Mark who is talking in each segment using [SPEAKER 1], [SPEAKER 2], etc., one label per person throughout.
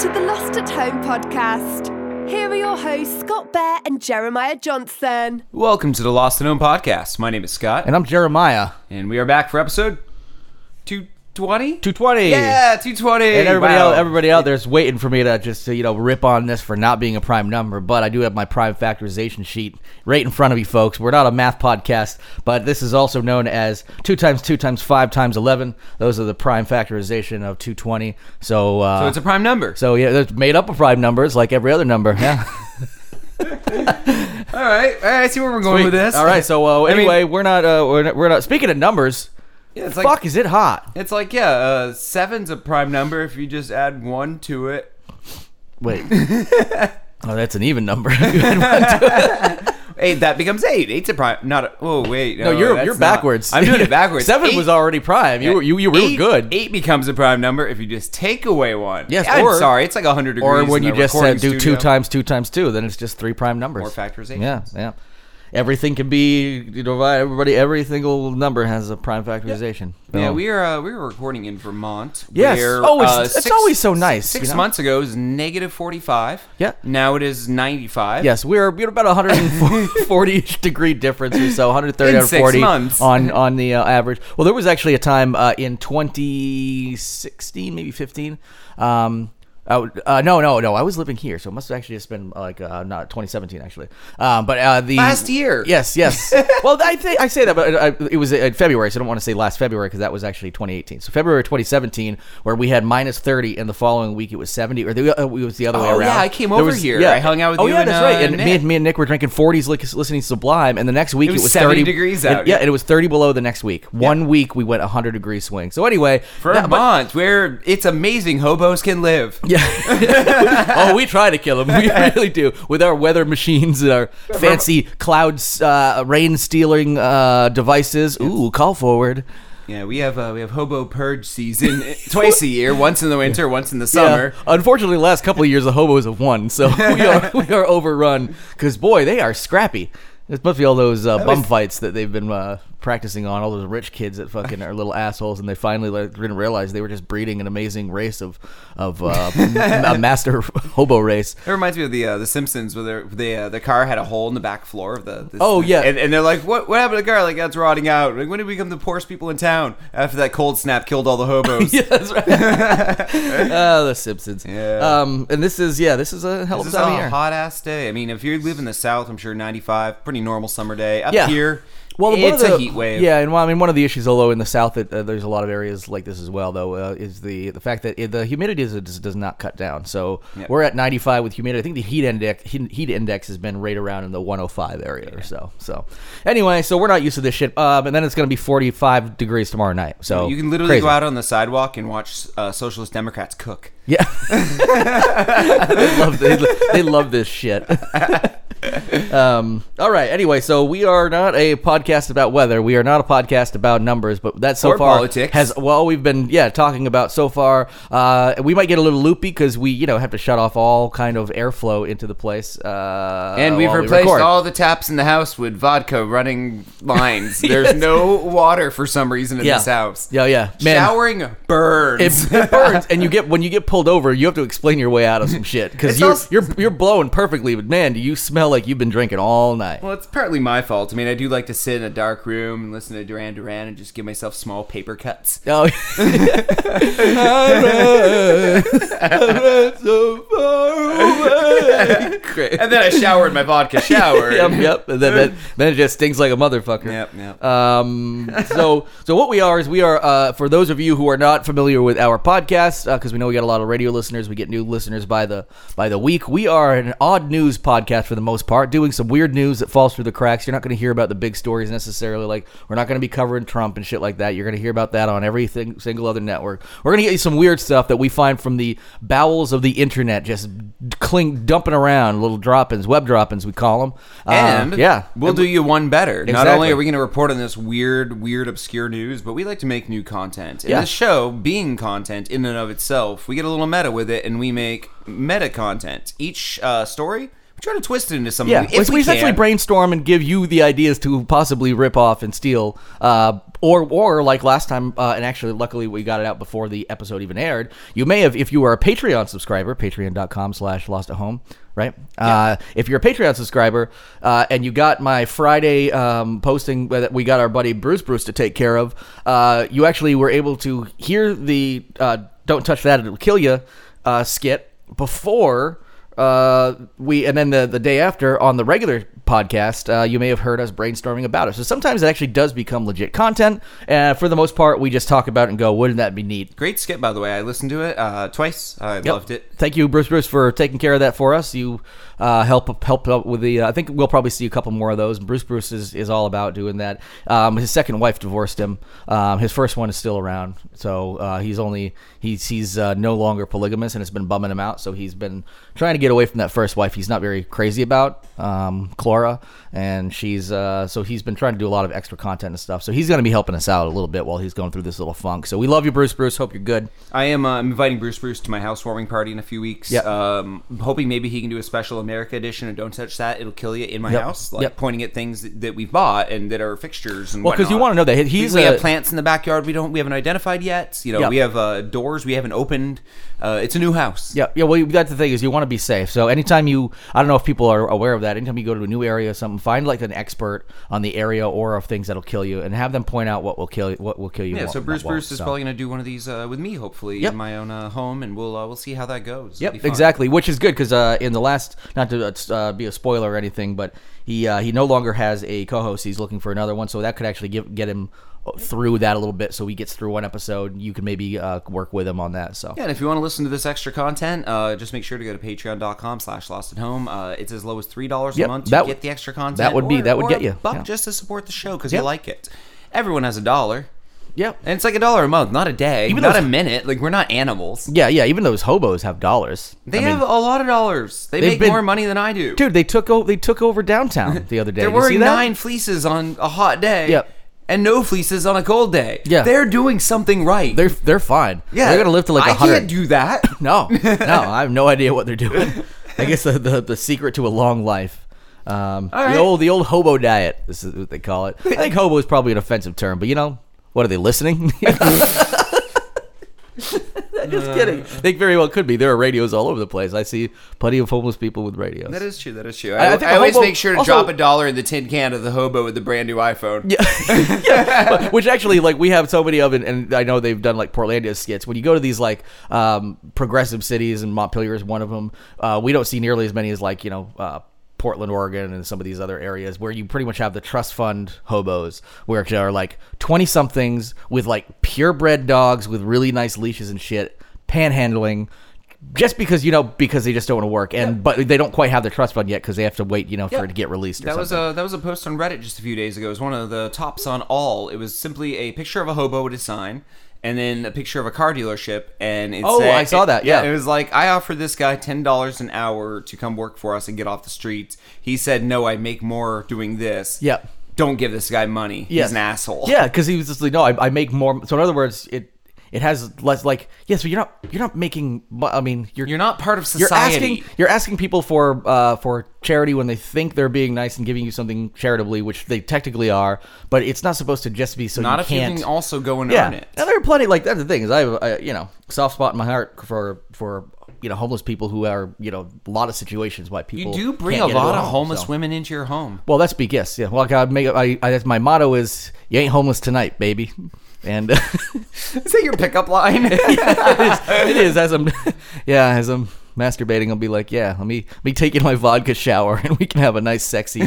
[SPEAKER 1] at Home podcast. Here are your hosts, Scott Bear and Jeremiah Johnson.
[SPEAKER 2] Welcome to the Lost and Known podcast. My name is Scott,
[SPEAKER 3] And I'm Jeremiah.
[SPEAKER 2] and we are back for episode 220?
[SPEAKER 3] 220.
[SPEAKER 2] Yeah, 220.
[SPEAKER 3] And everybody,
[SPEAKER 2] Wow.
[SPEAKER 3] out, everybody out there's waiting for me to just to, you know rip on this for not being a prime number, but I do have my prime factorization sheet right in front of you, folks. We're not a math podcast, but this is also known as two times two times five times eleven. Those are the prime factorization of two twenty. So, uh,
[SPEAKER 2] So it's a prime number.
[SPEAKER 3] so yeah, that's made up of prime numbers like every other number. Yeah.
[SPEAKER 2] all right, all right. I see where we're going with this.
[SPEAKER 3] All right. So uh,
[SPEAKER 2] I mean-
[SPEAKER 3] anyway, we're not uh, we're not, we're not speaking of numbers.
[SPEAKER 2] Yeah, it's
[SPEAKER 3] fuck,
[SPEAKER 2] like
[SPEAKER 3] is it hot?
[SPEAKER 2] it's like yeah, uh, seven's a prime number if you just add one to it.
[SPEAKER 3] Wait. oh, that's an even number.
[SPEAKER 2] Eight that becomes eight. Eight's a prime. Not a, oh wait.
[SPEAKER 3] No, you're
[SPEAKER 2] that's
[SPEAKER 3] you're
[SPEAKER 2] not-
[SPEAKER 3] backwards.
[SPEAKER 2] I'm doing it backwards.
[SPEAKER 3] Seven
[SPEAKER 2] Eight-
[SPEAKER 3] was already prime. You were you, you were
[SPEAKER 2] eight,
[SPEAKER 3] good.
[SPEAKER 2] Eight becomes a prime number if you just take away one.
[SPEAKER 3] Yes,
[SPEAKER 2] I'm
[SPEAKER 3] or-
[SPEAKER 2] sorry, it's like hundred degrees.
[SPEAKER 3] or when
[SPEAKER 2] in
[SPEAKER 3] you
[SPEAKER 2] the
[SPEAKER 3] just said
[SPEAKER 2] recording
[SPEAKER 3] do two
[SPEAKER 2] studio.
[SPEAKER 3] times two times two, then it's just three prime numbers.
[SPEAKER 2] More factorization.
[SPEAKER 3] Yeah, yeah. Everything can be you know by everybody. Every single number has a prime factorization.
[SPEAKER 2] Yeah,
[SPEAKER 3] Boom.
[SPEAKER 2] we are uh, we were recording in Vermont.
[SPEAKER 3] Yes.
[SPEAKER 2] Where,
[SPEAKER 3] Oh, it's-
[SPEAKER 2] uh,
[SPEAKER 3] it's always so nice,
[SPEAKER 2] Six
[SPEAKER 3] you know?
[SPEAKER 2] months ago, it was negative forty five.
[SPEAKER 3] Yeah.
[SPEAKER 2] Now it is ninety five.
[SPEAKER 3] Yes, we're we're about 140 degree difference or so, 130
[SPEAKER 2] In
[SPEAKER 3] or
[SPEAKER 2] six
[SPEAKER 3] 40
[SPEAKER 2] months.
[SPEAKER 3] on on the uh, average. Well, there was actually a time uh, in 2016, maybe 15. Um, I would- uh, no, no, no. I was living here, so it must have actually just been like uh, not 2017 actually. Um, but uh, the
[SPEAKER 2] Last year.
[SPEAKER 3] Yes, yes. well, I think I say that, but I, it was uh, in February, so I don't want to say last February because that was actually 2018. So February 2017, where we had minus 30, and the following week it was 70, or the, uh, it was the other way
[SPEAKER 2] Oh,
[SPEAKER 3] around.
[SPEAKER 2] yeah, I came
[SPEAKER 3] There
[SPEAKER 2] over
[SPEAKER 3] was-
[SPEAKER 2] here. I hung out with
[SPEAKER 3] oh,
[SPEAKER 2] you
[SPEAKER 3] yeah,
[SPEAKER 2] and,
[SPEAKER 3] that's
[SPEAKER 2] uh,
[SPEAKER 3] right. And me,
[SPEAKER 2] Nick.
[SPEAKER 3] and me and Nick were drinking 40s, li- listening to Sublime, and the next week it
[SPEAKER 2] was
[SPEAKER 3] was,
[SPEAKER 2] 70
[SPEAKER 3] 30
[SPEAKER 2] degrees
[SPEAKER 3] and-
[SPEAKER 2] out,
[SPEAKER 3] yeah,
[SPEAKER 2] yeah.
[SPEAKER 3] and it was 30 below the next week. One week we went 100 degree swing. So anyway, that-
[SPEAKER 2] Vermont,
[SPEAKER 3] but-
[SPEAKER 2] where it's amazing hobos can live.
[SPEAKER 3] yeah. oh, we try to kill them. We really do with our weather machines and our fancy cloud uh, rain stealing uh, devices. Ooh, call forward.
[SPEAKER 2] Yeah, we have uh, we have hobo purge season twice a year, once in the winter, once in the summer.
[SPEAKER 3] Yeah. Unfortunately, the last couple of years the hobos have won, so we are we are overrun because boy, they are scrappy. It must be all those uh, bum fights that they've been uh, practicing on all those rich kids that fucking are little assholes, and they finally like, didn't realize they were just breeding an amazing race of of uh, a master hobo race.
[SPEAKER 2] That reminds me of the uh, the Simpsons where they're- the uh, the car had a hole in the back floor of the. the
[SPEAKER 3] Oh, yeah.
[SPEAKER 2] and, and they're like, "What what happened to the car? Like that's rotting out. Like when did we become the poorest people in town after that cold snap killed all the hobos?"
[SPEAKER 3] yeah, that's right. Ah, the Simpsons.
[SPEAKER 2] Yeah.
[SPEAKER 3] Um, and this is yeah, this is a hell of
[SPEAKER 2] This
[SPEAKER 3] a
[SPEAKER 2] is
[SPEAKER 3] time of
[SPEAKER 2] a
[SPEAKER 3] year.
[SPEAKER 2] hot ass day. I mean, if you live in the south, I'm sure 95, pretty normal summer day. Up
[SPEAKER 3] Yeah.
[SPEAKER 2] here,
[SPEAKER 3] Well, one
[SPEAKER 2] it's
[SPEAKER 3] of the,
[SPEAKER 2] a heat wave.
[SPEAKER 3] Yeah, and well, I mean, one of the issues, although in the South, it, uh, there's a lot of areas like this as well, though, uh, is the the fact that it, the humidity is, does, does not cut down. So
[SPEAKER 2] Yeah.
[SPEAKER 3] we're at 95 with humidity. I think the heat index heat, heat index has been right around in the 105 area or so. So anyway, so we're not used to this shit. Um, and then it's going to be 45 degrees tomorrow night. So
[SPEAKER 2] you can literally
[SPEAKER 3] Oh, crazy.
[SPEAKER 2] go out on the sidewalk and watch uh, socialist Democrats cook.
[SPEAKER 3] Yeah, they love they, lo- they love this shit. um, all right. Anyway, so we are not a podcast about weather. We are not a podcast about numbers. But that so
[SPEAKER 2] Or
[SPEAKER 3] far
[SPEAKER 2] politics.
[SPEAKER 3] has well, we've been yeah talking about so far. Uh, we might get a little loopy because we you know have to shut off all kind of airflow into the place. Uh,
[SPEAKER 2] And we've
[SPEAKER 3] while we
[SPEAKER 2] replaced
[SPEAKER 3] record.
[SPEAKER 2] all the taps in the house with vodka running lines. There's no water for some reason in
[SPEAKER 3] yeah.
[SPEAKER 2] this house.
[SPEAKER 3] Yeah, yeah. Man,
[SPEAKER 2] Showering burns.
[SPEAKER 3] it, it burns, and you get when you get pulled over, you have to explain your way out of some shit
[SPEAKER 2] It's
[SPEAKER 3] because you're,
[SPEAKER 2] also-
[SPEAKER 3] you're you're blowing perfectly, but man, do you smell like you've been drinking all night?
[SPEAKER 2] well, it's partly my fault. I mean, I do like to sit in a dark room and listen to Duran Duran and just give myself small paper cuts.
[SPEAKER 3] Oh, I ran, I ran so far away. Great.
[SPEAKER 2] And then I shower in my vodka shower.
[SPEAKER 3] Yep, yep. And then, then, then it just stings like a motherfucker.
[SPEAKER 2] Yep, yep.
[SPEAKER 3] Um, so, so what we are is we are uh, for those of you who are not familiar with our podcast, because we know we got a lot of radio listeners, we get new listeners by the by the week. We are an odd news podcast for the most part, doing some weird news that falls through the cracks. You're not going to hear about the big stories necessarily. Like we're not going to be covering Trump and shit like that. You're going to hear about that on everything single other network. We're going to get you some weird stuff that we find from the bowels of the internet, just cling dumping around little droppings, web droppings we call them.
[SPEAKER 2] And
[SPEAKER 3] Uh, yeah,
[SPEAKER 2] we'll do you one better. Not
[SPEAKER 3] Exactly.
[SPEAKER 2] only are we going to report on this weird, weird, obscure news, but we like to make new content. And
[SPEAKER 3] Yeah.
[SPEAKER 2] this show, being content in and of itself, we get a little meta with it, and we make meta content. Each uh, story, try to twist it into something.
[SPEAKER 3] Yeah,
[SPEAKER 2] if
[SPEAKER 3] we, we essentially
[SPEAKER 2] can.
[SPEAKER 3] brainstorm and give you the ideas to possibly rip off and steal, uh, or or like last time, uh, and actually, luckily we got it out before the episode even aired. You may have, if you are a Patreon subscriber, Patreon.com/slash Lost at Home, right? Uh, if you're a Patreon subscriber uh, and you got my Friday um, posting that we got our buddy Bruce Bruce to take care of, uh, you actually were able to hear the uh, "Don't touch that; it'll kill you" uh, skit before uh, we and then the the day after on the regular podcast, uh, you may have heard us brainstorming about it. So sometimes it actually does become legit content. And for the most part, we just talk about it and go, "Wouldn't that be neat?"
[SPEAKER 2] Great skit, by the way. I listened to it uh, twice. I
[SPEAKER 3] Yep.
[SPEAKER 2] loved it.
[SPEAKER 3] Thank you, Bruce Bruce, for taking care of that for us. You uh, help help out with the. Uh, I think we'll probably see a couple more of those. Bruce Bruce is, is all about doing that. Um, his second wife divorced him. Um, his first one is still around, so uh, he's only he's he's uh, no longer polygamous, and it's been bumming him out. So he's been trying to get away from that first wife. He's not very crazy about um, Clara, and she's uh, so he's been trying to do a lot of extra content and stuff. So he's going to be helping us out a little bit while he's going through this little funk. So we love you, Bruce Bruce. Hope you're good.
[SPEAKER 2] I am uh, I'm inviting Bruce Bruce to my housewarming party in a few weeks.
[SPEAKER 3] Yep.
[SPEAKER 2] Um, I'm hoping maybe he can do a special America edition of Don't Touch That. It'll kill you in my
[SPEAKER 3] Yep.
[SPEAKER 2] house, like
[SPEAKER 3] Yep.
[SPEAKER 2] pointing at things that, that we've bought and that are fixtures and
[SPEAKER 3] Well, 'cause you
[SPEAKER 2] whatnot.
[SPEAKER 3] wanna know that he-
[SPEAKER 2] We-
[SPEAKER 3] he's
[SPEAKER 2] we,
[SPEAKER 3] a-
[SPEAKER 2] have plants in the backyard we don't we haven't identified yet. You know,
[SPEAKER 3] Yep.
[SPEAKER 2] we have uh, doors we haven't opened. Uh, it's a new house.
[SPEAKER 3] Yeah, yeah. Well, that's the thing is you want to be safe. So anytime you, I don't know if people are aware of that. Anytime you go to a new area or something, find like an expert on the area or of things that'll kill you, and have them point out what will kill you. What will kill you?
[SPEAKER 2] Yeah,
[SPEAKER 3] what-
[SPEAKER 2] so Bruce
[SPEAKER 3] what won't.
[SPEAKER 2] Bruce is
[SPEAKER 3] So-
[SPEAKER 2] probably going to do one of these uh, with me, hopefully,
[SPEAKER 3] Yep.
[SPEAKER 2] in my own uh, home, and we'll uh, we'll see how that goes. It'll be
[SPEAKER 3] Yep,
[SPEAKER 2] fun.
[SPEAKER 3] exactly. Which is good because uh, in the last, not to uh, be a spoiler or anything, but he uh, he no longer has a co-host. He's looking for another one, so that could actually give, get him uh, through that a little bit. So he gets through one episode. You can maybe uh, work with him on that. So
[SPEAKER 2] Yeah, and if you want to listen to this extra content, uh, just make sure to go to patreon.com slash lost at home. Uh, it's as low as $3
[SPEAKER 3] Yep,
[SPEAKER 2] a month. You
[SPEAKER 3] that-
[SPEAKER 2] get the extra content.
[SPEAKER 3] that would be-
[SPEAKER 2] or-
[SPEAKER 3] that would
[SPEAKER 2] or
[SPEAKER 3] get
[SPEAKER 2] a
[SPEAKER 3] you,
[SPEAKER 2] buck
[SPEAKER 3] yeah.
[SPEAKER 2] just to support the show because
[SPEAKER 3] Yep.
[SPEAKER 2] you like it. Everyone has a dollar.
[SPEAKER 3] Yep.
[SPEAKER 2] And it's like a dollar a month, not a day,
[SPEAKER 3] Even
[SPEAKER 2] not
[SPEAKER 3] those-
[SPEAKER 2] a minute. Like, we're not animals.
[SPEAKER 3] yeah, yeah. Even those hobos have dollars.
[SPEAKER 2] They
[SPEAKER 3] I mean-
[SPEAKER 2] have a lot of dollars. They
[SPEAKER 3] They've
[SPEAKER 2] make
[SPEAKER 3] been-
[SPEAKER 2] more money than I do.
[SPEAKER 3] Dude, they took o- they took over downtown the other day.
[SPEAKER 2] They're
[SPEAKER 3] Did you see
[SPEAKER 2] wearing
[SPEAKER 3] that?
[SPEAKER 2] nine fleeces on a hot day
[SPEAKER 3] Yep.
[SPEAKER 2] and no fleeces on a cold day.
[SPEAKER 3] Yeah.
[SPEAKER 2] They're doing something right.
[SPEAKER 3] They're they're fine.
[SPEAKER 2] yeah.
[SPEAKER 3] they're gonna live to like
[SPEAKER 2] I
[SPEAKER 3] a
[SPEAKER 2] can't
[SPEAKER 3] hundred.
[SPEAKER 2] do that.
[SPEAKER 3] no, no, I have no idea what they're doing. I guess the the, the secret to a long life. Um,
[SPEAKER 2] All right.
[SPEAKER 3] The old the old hobo diet. This is what they call it. I think hobo is probably an offensive term, but you know what? Are they listening? Just kidding.
[SPEAKER 2] Uh.
[SPEAKER 3] They very well could be. There are radios all over the place. I see plenty of homeless people with radios.
[SPEAKER 2] That is true. That is true.
[SPEAKER 3] I
[SPEAKER 2] I,
[SPEAKER 3] think
[SPEAKER 2] I
[SPEAKER 3] a
[SPEAKER 2] always
[SPEAKER 3] hobo-
[SPEAKER 2] make sure to
[SPEAKER 3] also-
[SPEAKER 2] drop a dollar in the tin can of the hobo with the brand new iPhone.
[SPEAKER 3] Yeah, yeah. But- Which actually, like, we have so many of, and, and I know they've done like Portlandia skits. When you go to these like um, progressive cities, and Montpelier is one of them, uh, we don't see nearly as many as like you know. Uh, Portland, Oregon, and some of these other areas where you pretty much have the trust fund hobos, where there are like twenty somethings with like purebred dogs with really nice leashes and shit, panhandling, just because you know because they just don't want to work, and but they don't quite have the trust fund yet because they have to wait, you know, for
[SPEAKER 2] Yeah.
[SPEAKER 3] it to get released. Or
[SPEAKER 2] That
[SPEAKER 3] something.
[SPEAKER 2] was a that was a post on Reddit just a few days ago. It was one of the tops on all. It was simply a picture of a hobo with a sign, and then a picture of a car dealership. And it
[SPEAKER 3] Oh,
[SPEAKER 2] said-
[SPEAKER 3] I saw that, yeah.
[SPEAKER 2] it was like I offer this guy ten dollars an hour to come work for us and get off the streets. He said, "No, I make more doing this."
[SPEAKER 3] Yeah.
[SPEAKER 2] Don't give this guy money.
[SPEAKER 3] Yes.
[SPEAKER 2] He's an asshole.
[SPEAKER 3] Yeah, because he was just like, no, I, I make more. So in other words, it it has less. Like, yes, but you're not you're not making. mu- I mean, you're
[SPEAKER 2] You're not part of
[SPEAKER 3] you're
[SPEAKER 2] society.
[SPEAKER 3] asking you're asking people for uh, for charity when they think they're being nice and giving you something charitably, which they technically are, but it's not supposed to just be so
[SPEAKER 2] Not
[SPEAKER 3] you
[SPEAKER 2] if
[SPEAKER 3] can't.
[SPEAKER 2] you can also go and
[SPEAKER 3] yeah,
[SPEAKER 2] earn it.
[SPEAKER 3] and there are plenty. Like that's the thing is, I have a, you know soft spot in my heart for for you know homeless people who are you know a lot of situations why
[SPEAKER 2] You
[SPEAKER 3] people
[SPEAKER 2] do bring
[SPEAKER 3] can't
[SPEAKER 2] a
[SPEAKER 3] get into
[SPEAKER 2] lot
[SPEAKER 3] a
[SPEAKER 2] of
[SPEAKER 3] home,
[SPEAKER 2] homeless
[SPEAKER 3] so.
[SPEAKER 2] women into your home.
[SPEAKER 3] Well, that's big yes. Yeah. Well, I gotta make. I, I that's my motto is you ain't homeless tonight, baby. And it
[SPEAKER 2] Is that your pickup line?
[SPEAKER 3] is. It is as I'm. Yeah, as I'm masturbating, I'll be like, yeah, let me let me take in my vodka shower, and we can have a nice, sexy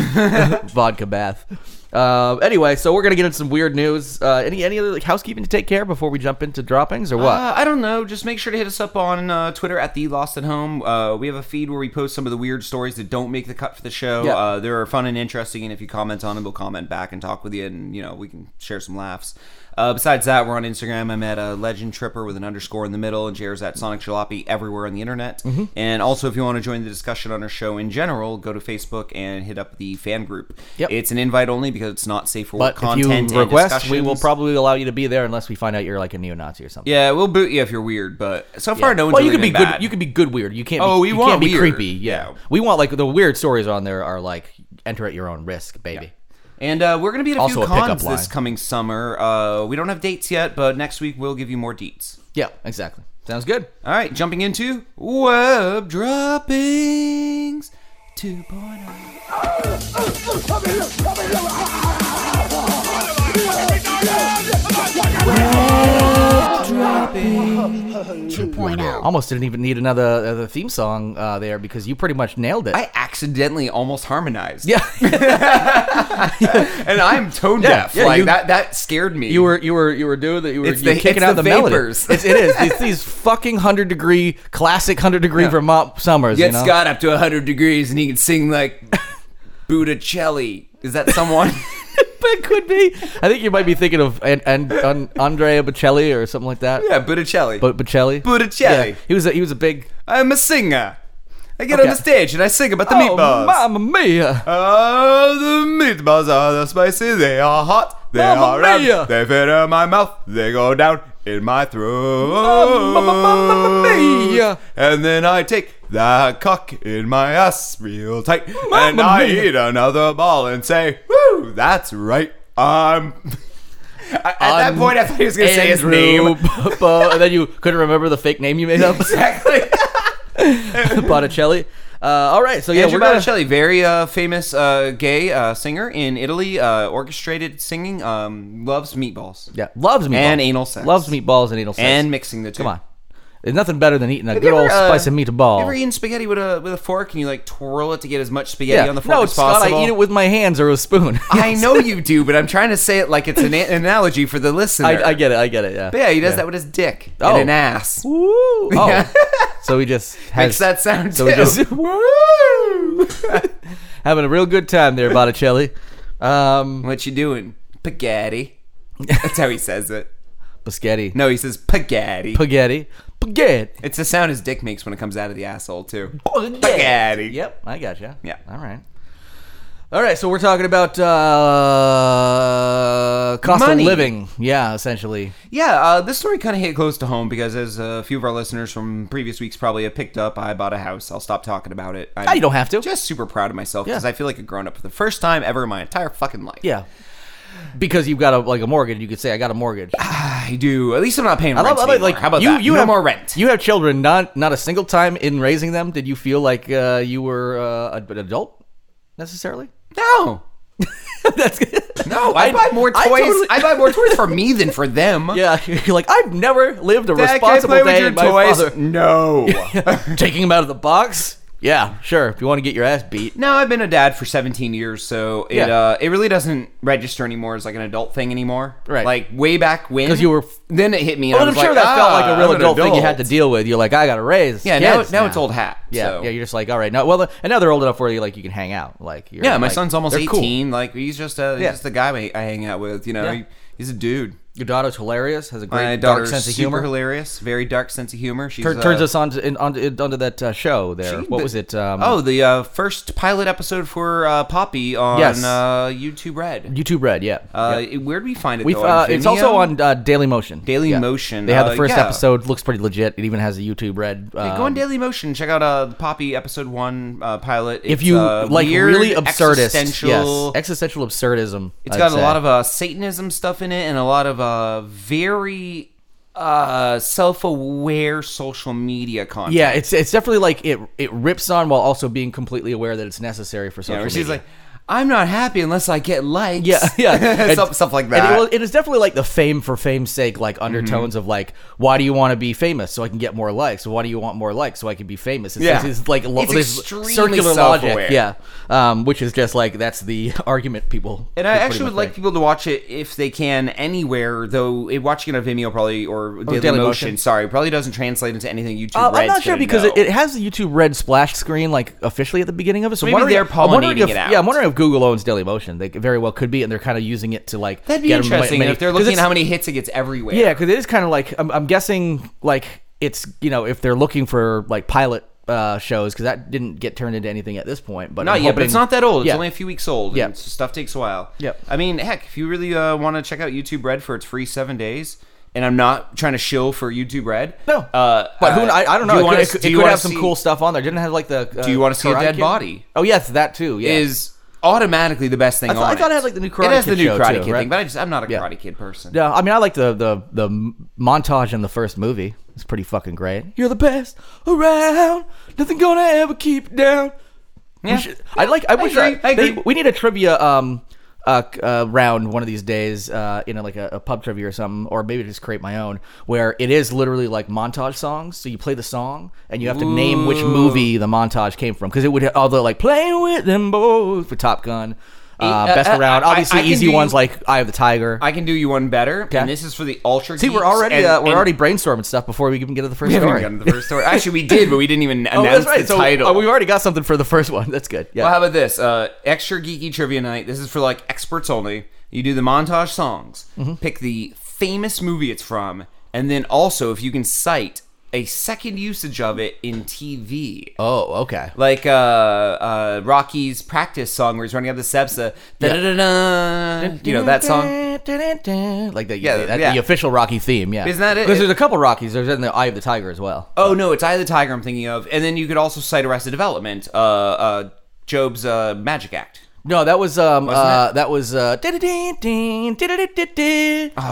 [SPEAKER 3] vodka bath. Uh, anyway, so we're gonna get into some weird news. Uh, any any other like housekeeping to take care of before we jump into droppings or what?
[SPEAKER 2] Uh, I don't know. Just make sure to hit us up on uh, Twitter at the Lost at Home. Uh, we have a feed where we post some of the weird stories that don't make the cut for the show.
[SPEAKER 3] Yeah.
[SPEAKER 2] Uh, they are fun and interesting, and if you comment on them, we'll comment back and talk with you, and you know we can share some laughs. Uh, besides that, we're on Instagram. I'm at uh, Legend Tripper with an underscore in the middle, and JR's at Sonic Jalopy everywhere on the internet.
[SPEAKER 3] Mm-hmm.
[SPEAKER 2] And also, if you want to join the discussion on our show in general, go to Facebook and hit up the fan group.
[SPEAKER 3] Yep.
[SPEAKER 2] It's an invite only because it's not safe for work
[SPEAKER 3] But
[SPEAKER 2] content.
[SPEAKER 3] if you request,
[SPEAKER 2] and
[SPEAKER 3] we will
[SPEAKER 2] discussions.
[SPEAKER 3] probably allow you to be there unless we find out you're like a neo-Nazi or something.
[SPEAKER 2] Yeah, we'll boot you if you're weird, but so far no one's
[SPEAKER 3] well, you
[SPEAKER 2] really
[SPEAKER 3] can be
[SPEAKER 2] been bad.
[SPEAKER 3] good. You can be good weird. You can't. Be,
[SPEAKER 2] Oh, we
[SPEAKER 3] you
[SPEAKER 2] want
[SPEAKER 3] can't be
[SPEAKER 2] weird.
[SPEAKER 3] creepy. Yeah.
[SPEAKER 2] Yeah.
[SPEAKER 3] we want like the weird stories on there are like enter at your own risk, baby.
[SPEAKER 2] And uh, we're going to be at a
[SPEAKER 3] Also
[SPEAKER 2] few
[SPEAKER 3] a pickup
[SPEAKER 2] cons
[SPEAKER 3] line.
[SPEAKER 2] this coming summer. Uh, we don't have dates yet, but next week we'll give you more deets.
[SPEAKER 3] Yeah, exactly. Sounds good.
[SPEAKER 2] All right, jumping into Web Droppings oh. 2.0.
[SPEAKER 3] Almost didn't even need another uh, the theme song uh, there because you pretty much nailed it.
[SPEAKER 2] I accidentally almost harmonized.
[SPEAKER 3] yeah,
[SPEAKER 2] And I'm tone
[SPEAKER 3] Yeah,
[SPEAKER 2] deaf.
[SPEAKER 3] yeah,
[SPEAKER 2] like,
[SPEAKER 3] you-
[SPEAKER 2] that, that scared me.
[SPEAKER 3] you were you were you were doing that. You were
[SPEAKER 2] It's
[SPEAKER 3] you were
[SPEAKER 2] the-
[SPEAKER 3] kicking
[SPEAKER 2] it's
[SPEAKER 3] out
[SPEAKER 2] the
[SPEAKER 3] the, melody.
[SPEAKER 2] vapors.
[SPEAKER 3] It's, it is. It's these fucking hundred degree classic hundred degree Vermont summers.
[SPEAKER 2] Get
[SPEAKER 3] you know?
[SPEAKER 2] Scott up to 100 degrees and he can sing like Butticelli. Is that someone?
[SPEAKER 3] it could be. I think you might be thinking of and and an, Andrea Bocelli or something like that.
[SPEAKER 2] yeah, Butticelli.
[SPEAKER 3] But Bocelli.
[SPEAKER 2] Butticelli.
[SPEAKER 3] Yeah, he was a, he was a big
[SPEAKER 2] I'm a singer. I get on
[SPEAKER 3] Okay.
[SPEAKER 2] the stage and I sing about the
[SPEAKER 3] Oh,
[SPEAKER 2] meatballs.
[SPEAKER 3] Mamma mia!
[SPEAKER 2] Oh, the meatballs are the spicy. They are hot. They
[SPEAKER 3] Mamma
[SPEAKER 2] are round.
[SPEAKER 3] mia.
[SPEAKER 2] They fit in my mouth. They go down in my throat.
[SPEAKER 3] Mamma, mamma mia.
[SPEAKER 2] And then I take that cock in my ass real tight, and
[SPEAKER 3] Mamma
[SPEAKER 2] I
[SPEAKER 3] mia.
[SPEAKER 2] eat another ball and say, "Woo, that's right, I'm." At that
[SPEAKER 3] I'm
[SPEAKER 2] point, I thought he was going to say his
[SPEAKER 3] Andrew
[SPEAKER 2] name.
[SPEAKER 3] Bo- and then you couldn't remember the fake name you made up,
[SPEAKER 2] Exactly.
[SPEAKER 3] Botticelli. Uh, all right, so yeah,
[SPEAKER 2] Andrew
[SPEAKER 3] we're gonna-
[SPEAKER 2] Botticelli, very uh, famous uh, gay uh, singer in Italy, uh, orchestrated singing, um, loves meatballs.
[SPEAKER 3] yeah, loves meatballs
[SPEAKER 2] And anal sex.
[SPEAKER 3] Loves meatballs and anal sex.
[SPEAKER 2] And mixing the two.
[SPEAKER 3] come on, there's nothing better than eating a
[SPEAKER 2] Have
[SPEAKER 3] good
[SPEAKER 2] you
[SPEAKER 3] old
[SPEAKER 2] ever, uh,
[SPEAKER 3] spice of meatball.
[SPEAKER 2] You ever eaten spaghetti with a with a fork and you like twirl it to get as much spaghetti
[SPEAKER 3] yeah,
[SPEAKER 2] on the fork
[SPEAKER 3] no,
[SPEAKER 2] as
[SPEAKER 3] Scott,
[SPEAKER 2] possible?
[SPEAKER 3] I eat it with my hands or a spoon.
[SPEAKER 2] I know you do, but I'm trying to say it like it's an a- analogy for the listener.
[SPEAKER 3] I, I get it, I get it. Yeah,
[SPEAKER 2] But yeah, he does that with his dick
[SPEAKER 3] Oh.
[SPEAKER 2] and an ass.
[SPEAKER 3] Woo! Oh,
[SPEAKER 2] Yeah.
[SPEAKER 3] so he just
[SPEAKER 2] Makes
[SPEAKER 3] has
[SPEAKER 2] that sound
[SPEAKER 3] so
[SPEAKER 2] too.
[SPEAKER 3] we just-
[SPEAKER 2] Woo!
[SPEAKER 3] having a real good time there, Botticelli. Um,
[SPEAKER 2] what you doing? Spaghetti. That's how he says it.
[SPEAKER 3] Paschetti.
[SPEAKER 2] No, he says spaghetti.
[SPEAKER 3] Spaghetti. Spaghetti.
[SPEAKER 2] It's the sound his dick makes when it comes out of the asshole too.
[SPEAKER 3] Spaghetti. Yep, I gotcha.
[SPEAKER 2] Yeah.
[SPEAKER 3] All right. All right, so we're talking about uh, cost
[SPEAKER 2] Money.
[SPEAKER 3] of living. Yeah, essentially.
[SPEAKER 2] Yeah, uh, this story kind of hit close to home because, as a few of our listeners from previous weeks probably have picked up, I bought a house. I'll stop talking about it. I'm
[SPEAKER 3] Ah, you don't have to.
[SPEAKER 2] Just super proud of myself
[SPEAKER 3] Yeah.
[SPEAKER 2] because I feel like a grown up for the first time ever in my entire fucking life.
[SPEAKER 3] Yeah. Because you've got a like a mortgage, you could say I got a mortgage.
[SPEAKER 2] I do. At least I'm not paying
[SPEAKER 3] I
[SPEAKER 2] Ah, rent.
[SPEAKER 3] love- I like,
[SPEAKER 2] anymore.
[SPEAKER 3] like
[SPEAKER 2] How about
[SPEAKER 3] you,
[SPEAKER 2] that?
[SPEAKER 3] You
[SPEAKER 2] no
[SPEAKER 3] have
[SPEAKER 2] more rent.
[SPEAKER 3] You have children. Not not a single time in raising them did you feel like uh, you were uh, an adult necessarily.
[SPEAKER 2] no.
[SPEAKER 3] That's
[SPEAKER 2] No, I, buy more toys.
[SPEAKER 3] I
[SPEAKER 2] I,
[SPEAKER 3] totally-
[SPEAKER 2] buy more toys for me than for them.
[SPEAKER 3] yeah. You're like I've never lived a
[SPEAKER 2] Dad, can I
[SPEAKER 3] responsible
[SPEAKER 2] play
[SPEAKER 3] day.
[SPEAKER 2] with your
[SPEAKER 3] in my
[SPEAKER 2] toys?
[SPEAKER 3] father-
[SPEAKER 2] No.
[SPEAKER 3] taking him out of the box. Yeah, sure. If you want to get your ass beat,
[SPEAKER 2] No, I've been a dad for 17 years, so it
[SPEAKER 3] Yeah.
[SPEAKER 2] uh, it really doesn't register anymore as like an adult thing anymore.
[SPEAKER 3] Right.
[SPEAKER 2] Like way back when,
[SPEAKER 3] 'Cause you were-
[SPEAKER 2] Then it hit me.
[SPEAKER 3] but
[SPEAKER 2] And I
[SPEAKER 3] I'm
[SPEAKER 2] was
[SPEAKER 3] sure
[SPEAKER 2] like,
[SPEAKER 3] that felt
[SPEAKER 2] "Ah,
[SPEAKER 3] like a real
[SPEAKER 2] I'm an
[SPEAKER 3] adult, thing you had to deal with. You're like, I got to raise.
[SPEAKER 2] Yeah, now,
[SPEAKER 3] kids
[SPEAKER 2] now it's old hat.
[SPEAKER 3] Yeah,
[SPEAKER 2] so.
[SPEAKER 3] yeah. You're just like, all right, no. Well, and now they're old enough where you like you can hang out. Like, you're,
[SPEAKER 2] Yeah, my
[SPEAKER 3] like,
[SPEAKER 2] son's almost
[SPEAKER 3] they're
[SPEAKER 2] 18.
[SPEAKER 3] cool.
[SPEAKER 2] Like he's just a he's
[SPEAKER 3] Yeah.
[SPEAKER 2] just a guy I, I hang out with. You know,
[SPEAKER 3] Yeah.
[SPEAKER 2] he, he's a dude.
[SPEAKER 3] Your daughter's hilarious. Has a
[SPEAKER 2] My
[SPEAKER 3] great dark
[SPEAKER 2] daughter's
[SPEAKER 3] sense of
[SPEAKER 2] super
[SPEAKER 3] humor.
[SPEAKER 2] hilarious, very dark sense of humor. uh, She
[SPEAKER 3] Tur- turns us on to, in, on to, onto that uh, show there. what was it? Um,
[SPEAKER 2] oh, the uh, first pilot episode for uh, Poppy on
[SPEAKER 3] Yes.
[SPEAKER 2] uh, YouTube Red.
[SPEAKER 3] YouTube Red. Yeah.
[SPEAKER 2] Uh, Where do we find it?
[SPEAKER 3] We've,
[SPEAKER 2] though? On
[SPEAKER 3] uh, it's also
[SPEAKER 2] Vimeo?
[SPEAKER 3] on uh, Daily Motion.
[SPEAKER 2] Daily Motion,
[SPEAKER 3] They had
[SPEAKER 2] uh,
[SPEAKER 3] the first
[SPEAKER 2] yeah.
[SPEAKER 3] episode. Looks pretty legit. It even has a YouTube Red.
[SPEAKER 2] Yeah,
[SPEAKER 3] Um,
[SPEAKER 2] go on Daily Motion. Check out uh, the Poppy episode one uh, pilot.
[SPEAKER 3] if
[SPEAKER 2] It's,
[SPEAKER 3] you
[SPEAKER 2] uh,
[SPEAKER 3] like
[SPEAKER 2] weird,
[SPEAKER 3] really absurdist,
[SPEAKER 2] existential.
[SPEAKER 3] yes, existential absurdism.
[SPEAKER 2] it's
[SPEAKER 3] I'd
[SPEAKER 2] got
[SPEAKER 3] say.
[SPEAKER 2] a lot of uh, Satanism stuff in it and a lot of uh, very uh, self-aware social media content.
[SPEAKER 3] yeah. It's it's definitely like it it rips on while also being completely aware that it's necessary for social
[SPEAKER 2] where
[SPEAKER 3] media.
[SPEAKER 2] she's like, "I'm not happy unless I get likes."
[SPEAKER 3] yeah, yeah,
[SPEAKER 2] stuff, stuff like
[SPEAKER 3] And
[SPEAKER 2] that. Mm-hmm.
[SPEAKER 3] it, was- it is definitely like the fame for fame's sake, like undertones of like, why do you want to be famous so I can get more likes? Why do you want more likes so I can be famous? It's,
[SPEAKER 2] Yeah.
[SPEAKER 3] it's, it's like lo-
[SPEAKER 2] It's
[SPEAKER 3] this
[SPEAKER 2] extremely
[SPEAKER 3] circular logic,
[SPEAKER 2] self-aware.
[SPEAKER 3] yeah, um, which is just like that's the argument people.
[SPEAKER 2] And I
[SPEAKER 3] pretty
[SPEAKER 2] actually
[SPEAKER 3] much
[SPEAKER 2] would like
[SPEAKER 3] make.
[SPEAKER 2] people to watch it if they can anywhere, though it, watching it on Vimeo probably or Daily,
[SPEAKER 3] Dailymotion.
[SPEAKER 2] Motion, sorry, probably doesn't translate into anything YouTube.
[SPEAKER 3] Uh, I'm
[SPEAKER 2] Red's
[SPEAKER 3] not sure
[SPEAKER 2] gonna
[SPEAKER 3] because
[SPEAKER 2] know.
[SPEAKER 3] it, it has the YouTube red splash screen like officially at the beginning of it. So I'm
[SPEAKER 2] Maybe
[SPEAKER 3] wondering-
[SPEAKER 2] they're
[SPEAKER 3] I'm wondering
[SPEAKER 2] pollinating
[SPEAKER 3] if,
[SPEAKER 2] it out.
[SPEAKER 3] Yeah, I'm wondering if Google owns Dailymotion. They very well could be, and they're kind of using it to like
[SPEAKER 2] That'd be
[SPEAKER 3] get them ma-
[SPEAKER 2] interesting
[SPEAKER 3] many-
[SPEAKER 2] if they're
[SPEAKER 3] 'cause
[SPEAKER 2] looking at
[SPEAKER 3] it's-
[SPEAKER 2] how many hits it gets everywhere.
[SPEAKER 3] Yeah, because it is kind of like I'm, I'm guessing like it's you know if they're looking for like pilot uh, shows because that didn't get turned into anything at this point. But
[SPEAKER 2] No,
[SPEAKER 3] I'm
[SPEAKER 2] yeah, but it's
[SPEAKER 3] hoping-
[SPEAKER 2] not that old. It's
[SPEAKER 3] Yeah.
[SPEAKER 2] only a few weeks old.
[SPEAKER 3] Yeah.
[SPEAKER 2] Yeah, stuff takes a while.
[SPEAKER 3] Yep.
[SPEAKER 2] I mean, heck, if you really uh, want to check out YouTube Red for its free seven days, and I'm not trying to shill for YouTube Red.
[SPEAKER 3] No,
[SPEAKER 2] uh,
[SPEAKER 3] but who?
[SPEAKER 2] uh,
[SPEAKER 3] kn- I, I
[SPEAKER 2] do
[SPEAKER 3] don't know.
[SPEAKER 2] you
[SPEAKER 3] It
[SPEAKER 2] wanna-
[SPEAKER 3] could,
[SPEAKER 2] do
[SPEAKER 3] it could- it
[SPEAKER 2] you
[SPEAKER 3] could
[SPEAKER 2] wanna
[SPEAKER 3] have some
[SPEAKER 2] see-
[SPEAKER 3] cool stuff on there. Didn't it have like the. Uh,
[SPEAKER 2] Do you wanna see a
[SPEAKER 3] Karate
[SPEAKER 2] dead
[SPEAKER 3] Kid?
[SPEAKER 2] body?
[SPEAKER 3] Oh yes, that too. Yeah.
[SPEAKER 2] Is automatically the best thing.
[SPEAKER 3] I thought-
[SPEAKER 2] on
[SPEAKER 3] I thought it had, like, the new Karate
[SPEAKER 2] It has
[SPEAKER 3] Kid
[SPEAKER 2] the new
[SPEAKER 3] show,
[SPEAKER 2] Karate
[SPEAKER 3] too,
[SPEAKER 2] Kid
[SPEAKER 3] right?
[SPEAKER 2] thing, but I just I'm not a
[SPEAKER 3] Yeah.
[SPEAKER 2] Karate Kid person.
[SPEAKER 3] yeah, I mean, I like the the the m- montage in the first movie. It's pretty fucking great. You're the best around. Nothing gonna ever keep you down.
[SPEAKER 2] Yeah.
[SPEAKER 3] We should- I like. I, wish
[SPEAKER 2] agree,
[SPEAKER 3] I,
[SPEAKER 2] I
[SPEAKER 3] they-
[SPEAKER 2] agree.
[SPEAKER 3] we need a trivia um uh, c- uh round one of these days. Uh, you know, like a, a pub trivia or something, or maybe just create my own where it is literally like montage songs. So you play the song and you have to name which movie the montage came from because it would all the like playing with them both for Top Gun. Uh,
[SPEAKER 2] Uh,
[SPEAKER 3] best
[SPEAKER 2] uh,
[SPEAKER 3] around,
[SPEAKER 2] I- I
[SPEAKER 3] obviously
[SPEAKER 2] can
[SPEAKER 3] easy
[SPEAKER 2] do-
[SPEAKER 3] ones like Eye of the Tiger.
[SPEAKER 2] I can do you one better, and this is for the ultra.
[SPEAKER 3] See, we're
[SPEAKER 2] geeks,
[SPEAKER 3] already
[SPEAKER 2] and-
[SPEAKER 3] uh, we're
[SPEAKER 2] and-
[SPEAKER 3] already brainstorming stuff before we even get to the first
[SPEAKER 2] We haven't
[SPEAKER 3] story.
[SPEAKER 2] even gotten to the first story. Actually, we did, but we didn't even
[SPEAKER 3] oh,
[SPEAKER 2] announce
[SPEAKER 3] that's right.
[SPEAKER 2] the
[SPEAKER 3] so
[SPEAKER 2] title.
[SPEAKER 3] uh, we've already got something for the first one. That's good. Yeah.
[SPEAKER 2] Well, how about this? Uh, extra geeky trivia night. This is for like experts only. You do the montage songs,
[SPEAKER 3] Mm-hmm.
[SPEAKER 2] pick the famous movie it's from, and then also if you can cite a second usage of it in TV.
[SPEAKER 3] oh, okay.
[SPEAKER 2] Like uh, uh, Rocky's practice song where he's running up the steps, uh, da-da-da-da, you know that song.
[SPEAKER 3] Like the
[SPEAKER 2] Yeah,
[SPEAKER 3] that-
[SPEAKER 2] yeah.
[SPEAKER 3] the official Rocky theme, yeah.
[SPEAKER 2] Isn't that it?
[SPEAKER 3] Because there's a couple Rockies. There's in the Eye of the Tiger as well.
[SPEAKER 2] Oh no, it's Eye of the Tiger I'm thinking of, and then you could also cite Arrested Development, uh, uh, Job's uh, Magic Act.
[SPEAKER 3] No, that was um uh,
[SPEAKER 2] it?
[SPEAKER 3] that was uh oh,
[SPEAKER 2] I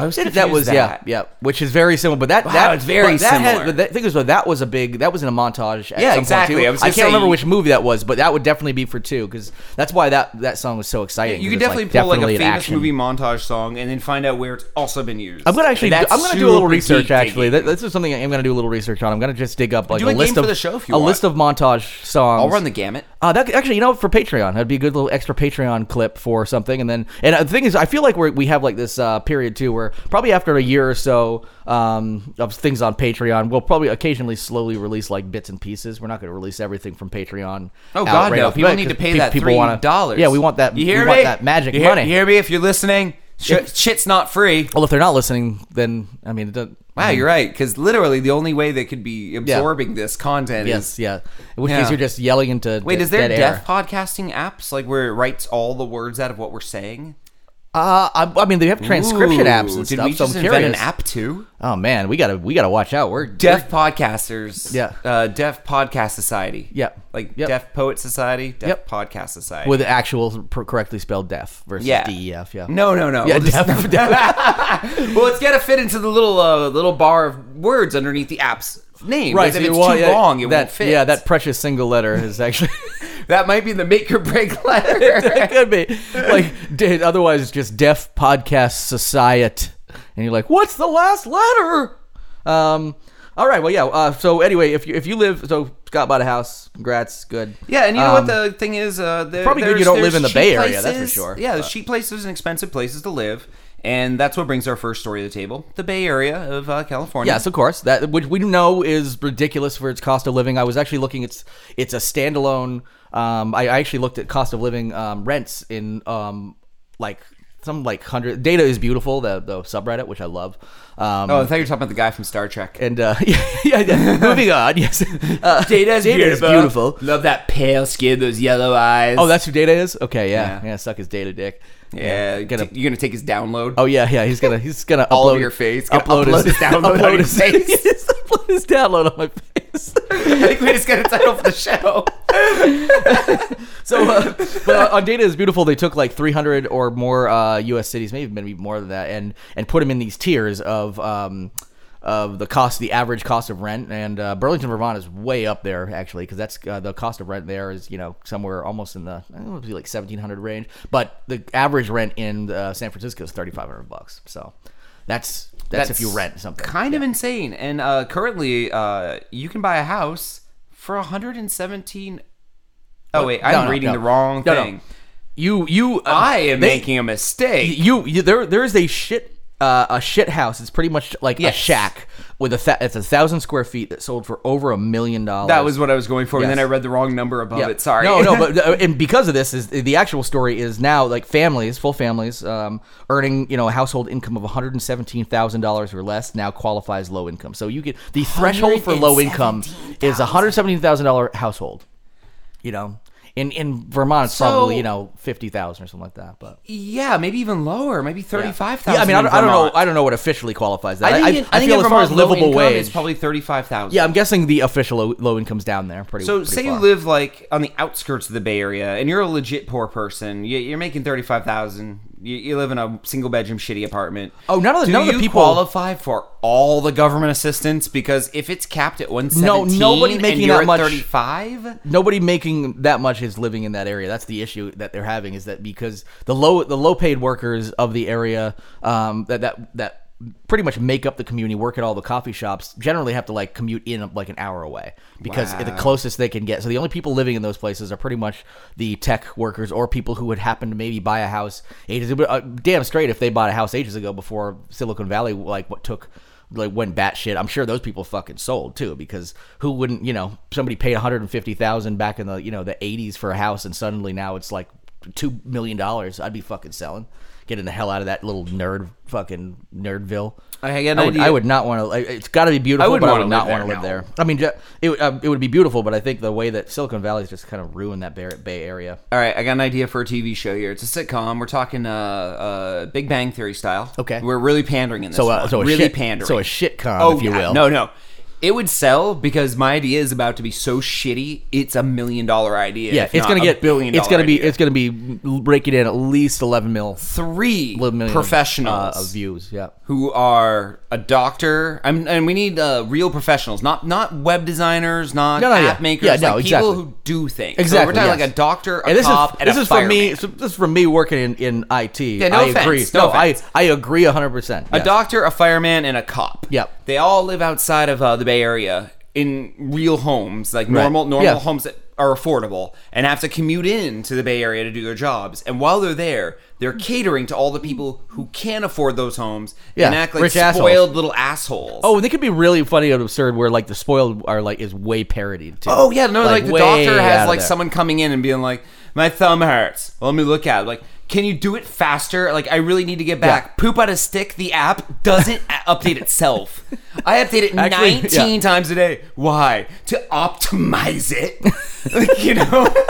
[SPEAKER 2] was
[SPEAKER 3] that
[SPEAKER 2] confused
[SPEAKER 3] was
[SPEAKER 2] that.
[SPEAKER 3] yeah yeah which is very similar, but that that
[SPEAKER 2] it's very
[SPEAKER 3] but that
[SPEAKER 2] similar.
[SPEAKER 3] Had, but the thing is, though, that was a big that was in a montage. At
[SPEAKER 2] Yeah,
[SPEAKER 3] some point,
[SPEAKER 2] exactly.
[SPEAKER 3] too.
[SPEAKER 2] I was
[SPEAKER 3] I
[SPEAKER 2] gonna
[SPEAKER 3] can't
[SPEAKER 2] say-
[SPEAKER 3] remember which movie that was, but that would definitely be for two because that's why that that song was so exciting.
[SPEAKER 2] You could
[SPEAKER 3] 'cause it's,
[SPEAKER 2] definitely pull like
[SPEAKER 3] definitely
[SPEAKER 2] a
[SPEAKER 3] an
[SPEAKER 2] famous
[SPEAKER 3] action.
[SPEAKER 2] movie montage song and then find out where it's also been used.
[SPEAKER 3] I'm gonna actually.
[SPEAKER 2] That's
[SPEAKER 3] I'm gonna do a little
[SPEAKER 2] super
[SPEAKER 3] research.
[SPEAKER 2] geeky.
[SPEAKER 3] Actually, That- this is something I'm gonna do a little research on. I'm gonna just dig up like
[SPEAKER 2] Do a game
[SPEAKER 3] list
[SPEAKER 2] for
[SPEAKER 3] of
[SPEAKER 2] the show if you
[SPEAKER 3] a
[SPEAKER 2] want.
[SPEAKER 3] list of montage songs.
[SPEAKER 2] I'll run the gamut.
[SPEAKER 3] Uh, that could- actually, you know, for Patreon, that'd be a good little extra Patreon clip for something, and then and uh, the thing is, I feel like we we have like this uh, period too, where probably after a year or so um, of things on Patreon, we'll probably occasionally slowly release like bits and pieces. We're not going to release everything from Patreon.
[SPEAKER 2] Oh
[SPEAKER 3] out
[SPEAKER 2] God,
[SPEAKER 3] right
[SPEAKER 2] no!
[SPEAKER 3] off the
[SPEAKER 2] People
[SPEAKER 3] bat,
[SPEAKER 2] need to
[SPEAKER 3] 'cause
[SPEAKER 2] pay
[SPEAKER 3] pe-
[SPEAKER 2] that
[SPEAKER 3] people
[SPEAKER 2] three
[SPEAKER 3] wanna-
[SPEAKER 2] dollars.
[SPEAKER 3] Yeah, we want that.
[SPEAKER 2] You hear
[SPEAKER 3] we
[SPEAKER 2] me?
[SPEAKER 3] want that magic
[SPEAKER 2] you hear,
[SPEAKER 3] money.
[SPEAKER 2] You hear me? If you're listening, shit, shit's not free.
[SPEAKER 3] Well, mm-hmm. if they're not listening, then I mean, it doesn't-
[SPEAKER 2] Wow, you're right. Because literally, the only way they could be absorbing this content
[SPEAKER 3] Yes,
[SPEAKER 2] is.
[SPEAKER 3] yeah. In which
[SPEAKER 2] Yeah.
[SPEAKER 3] case you're just yelling into
[SPEAKER 2] Wait,
[SPEAKER 3] de-
[SPEAKER 2] is there
[SPEAKER 3] dead
[SPEAKER 2] deaf
[SPEAKER 3] air.
[SPEAKER 2] podcasting apps like where it writes all the words out of what we're saying?
[SPEAKER 3] Uh, I, I mean, they have transcription apps
[SPEAKER 2] Ooh,
[SPEAKER 3] and
[SPEAKER 2] did
[SPEAKER 3] stuff.
[SPEAKER 2] we
[SPEAKER 3] so
[SPEAKER 2] just
[SPEAKER 3] I'm
[SPEAKER 2] invent an
[SPEAKER 3] curious.
[SPEAKER 2] app too?
[SPEAKER 3] Oh man, we gotta we gotta watch out. We're
[SPEAKER 2] Deaf podcasters.
[SPEAKER 3] Yeah.
[SPEAKER 2] Uh, deaf podcast society.
[SPEAKER 3] Yeah.
[SPEAKER 2] Like
[SPEAKER 3] Yep.
[SPEAKER 2] deaf poet society. Deaf
[SPEAKER 3] Yep.
[SPEAKER 2] podcast society.
[SPEAKER 3] with actual pr- correctly spelled deaf versus
[SPEAKER 2] Yeah.
[SPEAKER 3] DEF. Yeah.
[SPEAKER 2] no, no, no.
[SPEAKER 3] Yeah,
[SPEAKER 2] We'll just-
[SPEAKER 3] deaf, deaf.
[SPEAKER 2] well, it's got to fit into the little uh, little bar of words underneath the app's name.
[SPEAKER 3] Right,
[SPEAKER 2] because
[SPEAKER 3] so
[SPEAKER 2] if
[SPEAKER 3] you
[SPEAKER 2] it's
[SPEAKER 3] want-
[SPEAKER 2] too
[SPEAKER 3] yeah,
[SPEAKER 2] long, it
[SPEAKER 3] that,
[SPEAKER 2] won't fit.
[SPEAKER 3] Yeah, that precious single letter is actually
[SPEAKER 2] that might be the make or break letter.
[SPEAKER 3] it could be like d- otherwise it's just deaf podcast society, and you're like, what's the last letter? Um. All right. Well, yeah. Uh, so anyway, if you if you live, so Scott bought a house. Congrats. Good.
[SPEAKER 2] yeah, and you know
[SPEAKER 3] Um,
[SPEAKER 2] what the thing is? Uh, there,
[SPEAKER 3] probably good
[SPEAKER 2] there's-
[SPEAKER 3] you don't
[SPEAKER 2] there's
[SPEAKER 3] live in the
[SPEAKER 2] cheap
[SPEAKER 3] Bay Area, that's for
[SPEAKER 2] places-
[SPEAKER 3] sure.
[SPEAKER 2] Yeah, there's cheap places and expensive places to live, and that's what brings our first story to the table: the Bay Area of uh, California.
[SPEAKER 3] Yes, of course. That which we know is ridiculous for its cost of living. I was actually looking. It's it's a standalone. Um, I, I actually looked at cost of living um, rents in um, like some like hundred. Data is beautiful. The the subreddit, which I love. Um,
[SPEAKER 2] Oh, I thought you were talking about the guy from Star Trek.
[SPEAKER 3] and uh, yeah, yeah, yeah. moving on. Yes, uh,
[SPEAKER 2] Love that pale skin, those yellow eyes.
[SPEAKER 3] Oh, that's who Data is. Okay, yeah, yeah.
[SPEAKER 2] Yeah.
[SPEAKER 3] suck his Data dick.
[SPEAKER 2] yeah.
[SPEAKER 3] gonna-
[SPEAKER 2] t- you're gonna take his download.
[SPEAKER 3] Oh yeah, yeah. He's gonna he's gonna
[SPEAKER 2] All
[SPEAKER 3] upload
[SPEAKER 2] over your face. Gonna
[SPEAKER 3] Upload,
[SPEAKER 2] upload
[SPEAKER 3] his
[SPEAKER 2] this download on your
[SPEAKER 3] his-
[SPEAKER 2] face.
[SPEAKER 3] yes, upload his download on my face.
[SPEAKER 2] I think we just got a title for the show.
[SPEAKER 3] So, uh, but uh, on Data is Beautiful, they took like 300 or more uh, U.S. cities, maybe maybe more than that, and and put them in these tiers of um, of the cost, the average cost of rent. And uh, Burlington, Vermont, is way up there actually, because that's uh, the cost of rent there is you know somewhere almost in the I don't know, it'd be like 1700 range, but the average rent in uh, San Francisco is 3500 bucks. So that's, that's if you rent something.
[SPEAKER 2] Kind of insane. And uh, currently, uh, you can buy a house for 117. Oh wait, I'm
[SPEAKER 3] No, no,
[SPEAKER 2] reading
[SPEAKER 3] no.
[SPEAKER 2] the wrong
[SPEAKER 3] No, no.
[SPEAKER 2] thing.
[SPEAKER 3] You you uh,
[SPEAKER 2] I am
[SPEAKER 3] they-
[SPEAKER 2] making a mistake.
[SPEAKER 3] you, you there there is a shit uh, a shit house. It's pretty much like a
[SPEAKER 2] Yes.
[SPEAKER 3] shack with a th- it's a thousand square feet that sold for over a million dollars.
[SPEAKER 2] That was what I was going for, and then I
[SPEAKER 3] Yes.
[SPEAKER 2] read the wrong number above
[SPEAKER 3] Yeah.
[SPEAKER 2] it. Sorry.
[SPEAKER 3] No, no, but uh, and because of this is the actual story is now like families, full families, um, earning you know a household income of one hundred and seventeen thousand dollars or less now qualifies low income. So you get the threshold for low income is one hundred seventeen thousand dollar household. You know, in in Vermont, it's probably
[SPEAKER 2] So-
[SPEAKER 3] you know fifty thousand or something like that. But
[SPEAKER 2] yeah, maybe even lower, maybe
[SPEAKER 3] yeah.
[SPEAKER 2] thirty-five thousand.
[SPEAKER 3] Yeah, I mean, I don't, I don't know. I don't know what officially qualifies that.
[SPEAKER 2] I think, in- I, think
[SPEAKER 3] feel
[SPEAKER 2] in
[SPEAKER 3] as far as
[SPEAKER 2] Vermont, low
[SPEAKER 3] livable
[SPEAKER 2] income
[SPEAKER 3] wage,
[SPEAKER 2] is probably thirty-five thousand.
[SPEAKER 3] yeah, I'm guessing the official low, low income's down there. Pretty.
[SPEAKER 2] So
[SPEAKER 3] pretty
[SPEAKER 2] say
[SPEAKER 3] far.
[SPEAKER 2] you live like on the outskirts of the Bay Area, and you're a legit poor person. You, you're making thirty-five thousand. You, you live in a single-bedroom shitty apartment.
[SPEAKER 3] Oh, none of the-
[SPEAKER 2] Do
[SPEAKER 3] none of the
[SPEAKER 2] you
[SPEAKER 3] people-
[SPEAKER 2] qualify for all the government assistance because if it's capped at one seventeen,
[SPEAKER 3] nobody making
[SPEAKER 2] and you're
[SPEAKER 3] that
[SPEAKER 2] at
[SPEAKER 3] much-
[SPEAKER 2] Thirty-five.
[SPEAKER 3] nobody making that much is living in that area. That's the issue that they're having is that because the low the low paid workers of the area um, that that that pretty much make up the community work at all the coffee shops generally have to like commute in like an hour away because the closest they can get so the only people living in those places are pretty much the tech workers or people who would happen to maybe buy a house ages ago uh, damn straight if they bought a house ages ago before silicon valley like what took like went batshit. I'm sure those people fucking sold too, because who wouldn't? You know, somebody paid 150 thousand back in the you know the 80s for a house, and suddenly now it's like two million dollars. I'd be fucking selling, getting the hell out of that little nerd fucking nerdville.
[SPEAKER 2] I got an
[SPEAKER 3] I would,
[SPEAKER 2] idea.
[SPEAKER 3] I would not want to. Like, it's got to be
[SPEAKER 2] I
[SPEAKER 3] beautiful. I
[SPEAKER 2] wouldn't
[SPEAKER 3] but I
[SPEAKER 2] wanna
[SPEAKER 3] would not
[SPEAKER 2] live
[SPEAKER 3] want to
[SPEAKER 2] there, no.
[SPEAKER 3] live there. I mean, ju- it would- um, it would be beautiful, but I think the way that Silicon Valley's just kind of ruined that Bay, Bay Area.
[SPEAKER 2] All right, I got an idea for a TV show here. It's a sitcom. We're talking uh, uh, Big Bang Theory style.
[SPEAKER 3] Okay.
[SPEAKER 2] we're really pandering in this.
[SPEAKER 3] So, uh,
[SPEAKER 2] one.
[SPEAKER 3] so a
[SPEAKER 2] really
[SPEAKER 3] shit,
[SPEAKER 2] pandering. Oh,
[SPEAKER 3] So a shit con, Um, if you
[SPEAKER 2] yeah.
[SPEAKER 3] will.
[SPEAKER 2] No, no. It would sell because my idea is about to be so shitty. It's a million dollar idea.
[SPEAKER 3] Yeah,
[SPEAKER 2] if
[SPEAKER 3] it's
[SPEAKER 2] not
[SPEAKER 3] gonna
[SPEAKER 2] a
[SPEAKER 3] get
[SPEAKER 2] billion.
[SPEAKER 3] It's
[SPEAKER 2] dollar
[SPEAKER 3] gonna be
[SPEAKER 2] idea.
[SPEAKER 3] it's gonna be breaking in at least eleven mil
[SPEAKER 2] three
[SPEAKER 3] Eleven million
[SPEAKER 2] professionals
[SPEAKER 3] uh, of views. Yeah.
[SPEAKER 2] who are a doctor. i and we need uh, real professionals, not not web designers, not
[SPEAKER 3] No, no, yeah.
[SPEAKER 2] app makers,
[SPEAKER 3] Yeah, no,
[SPEAKER 2] like
[SPEAKER 3] exactly.
[SPEAKER 2] people who do things. So
[SPEAKER 3] Exactly.
[SPEAKER 2] we're talking
[SPEAKER 3] yes.
[SPEAKER 2] like a doctor, a
[SPEAKER 3] and this
[SPEAKER 2] cop,
[SPEAKER 3] is
[SPEAKER 2] and
[SPEAKER 3] this
[SPEAKER 2] a
[SPEAKER 3] is from me.
[SPEAKER 2] fireman.
[SPEAKER 3] so This is from me working in, in IT. Yeah,
[SPEAKER 2] no
[SPEAKER 3] I
[SPEAKER 2] offense,
[SPEAKER 3] agree.
[SPEAKER 2] no
[SPEAKER 3] I
[SPEAKER 2] offense.
[SPEAKER 3] I agree hundred percent.
[SPEAKER 2] A doctor, a fireman, and a cop.
[SPEAKER 3] Yep.
[SPEAKER 2] They all live outside of uh, the Bay Area in real homes, like normal normal
[SPEAKER 3] Yeah.
[SPEAKER 2] homes that are affordable, and have to commute in to the Bay Area to do their jobs. And while they're there, they're catering to all the people who can't afford those homes and
[SPEAKER 3] Yeah,
[SPEAKER 2] act like
[SPEAKER 3] rich
[SPEAKER 2] spoiled
[SPEAKER 3] assholes.
[SPEAKER 2] little assholes.
[SPEAKER 3] Oh, and they could be really funny and absurd where like the spoiled are like is way parodied too.
[SPEAKER 2] Oh yeah, no, like, the
[SPEAKER 3] way
[SPEAKER 2] doctor
[SPEAKER 3] out
[SPEAKER 2] has
[SPEAKER 3] of
[SPEAKER 2] like
[SPEAKER 3] there.
[SPEAKER 2] someone coming in and being like, "My thumb hurts. Let me look at it." like." Can you do it faster? Like, I really need to get back. Poop out a stick. The app doesn't a- update itself. I update it
[SPEAKER 3] Actually,
[SPEAKER 2] 19
[SPEAKER 3] yeah.
[SPEAKER 2] times a day. Why? To optimize it. Like, you know,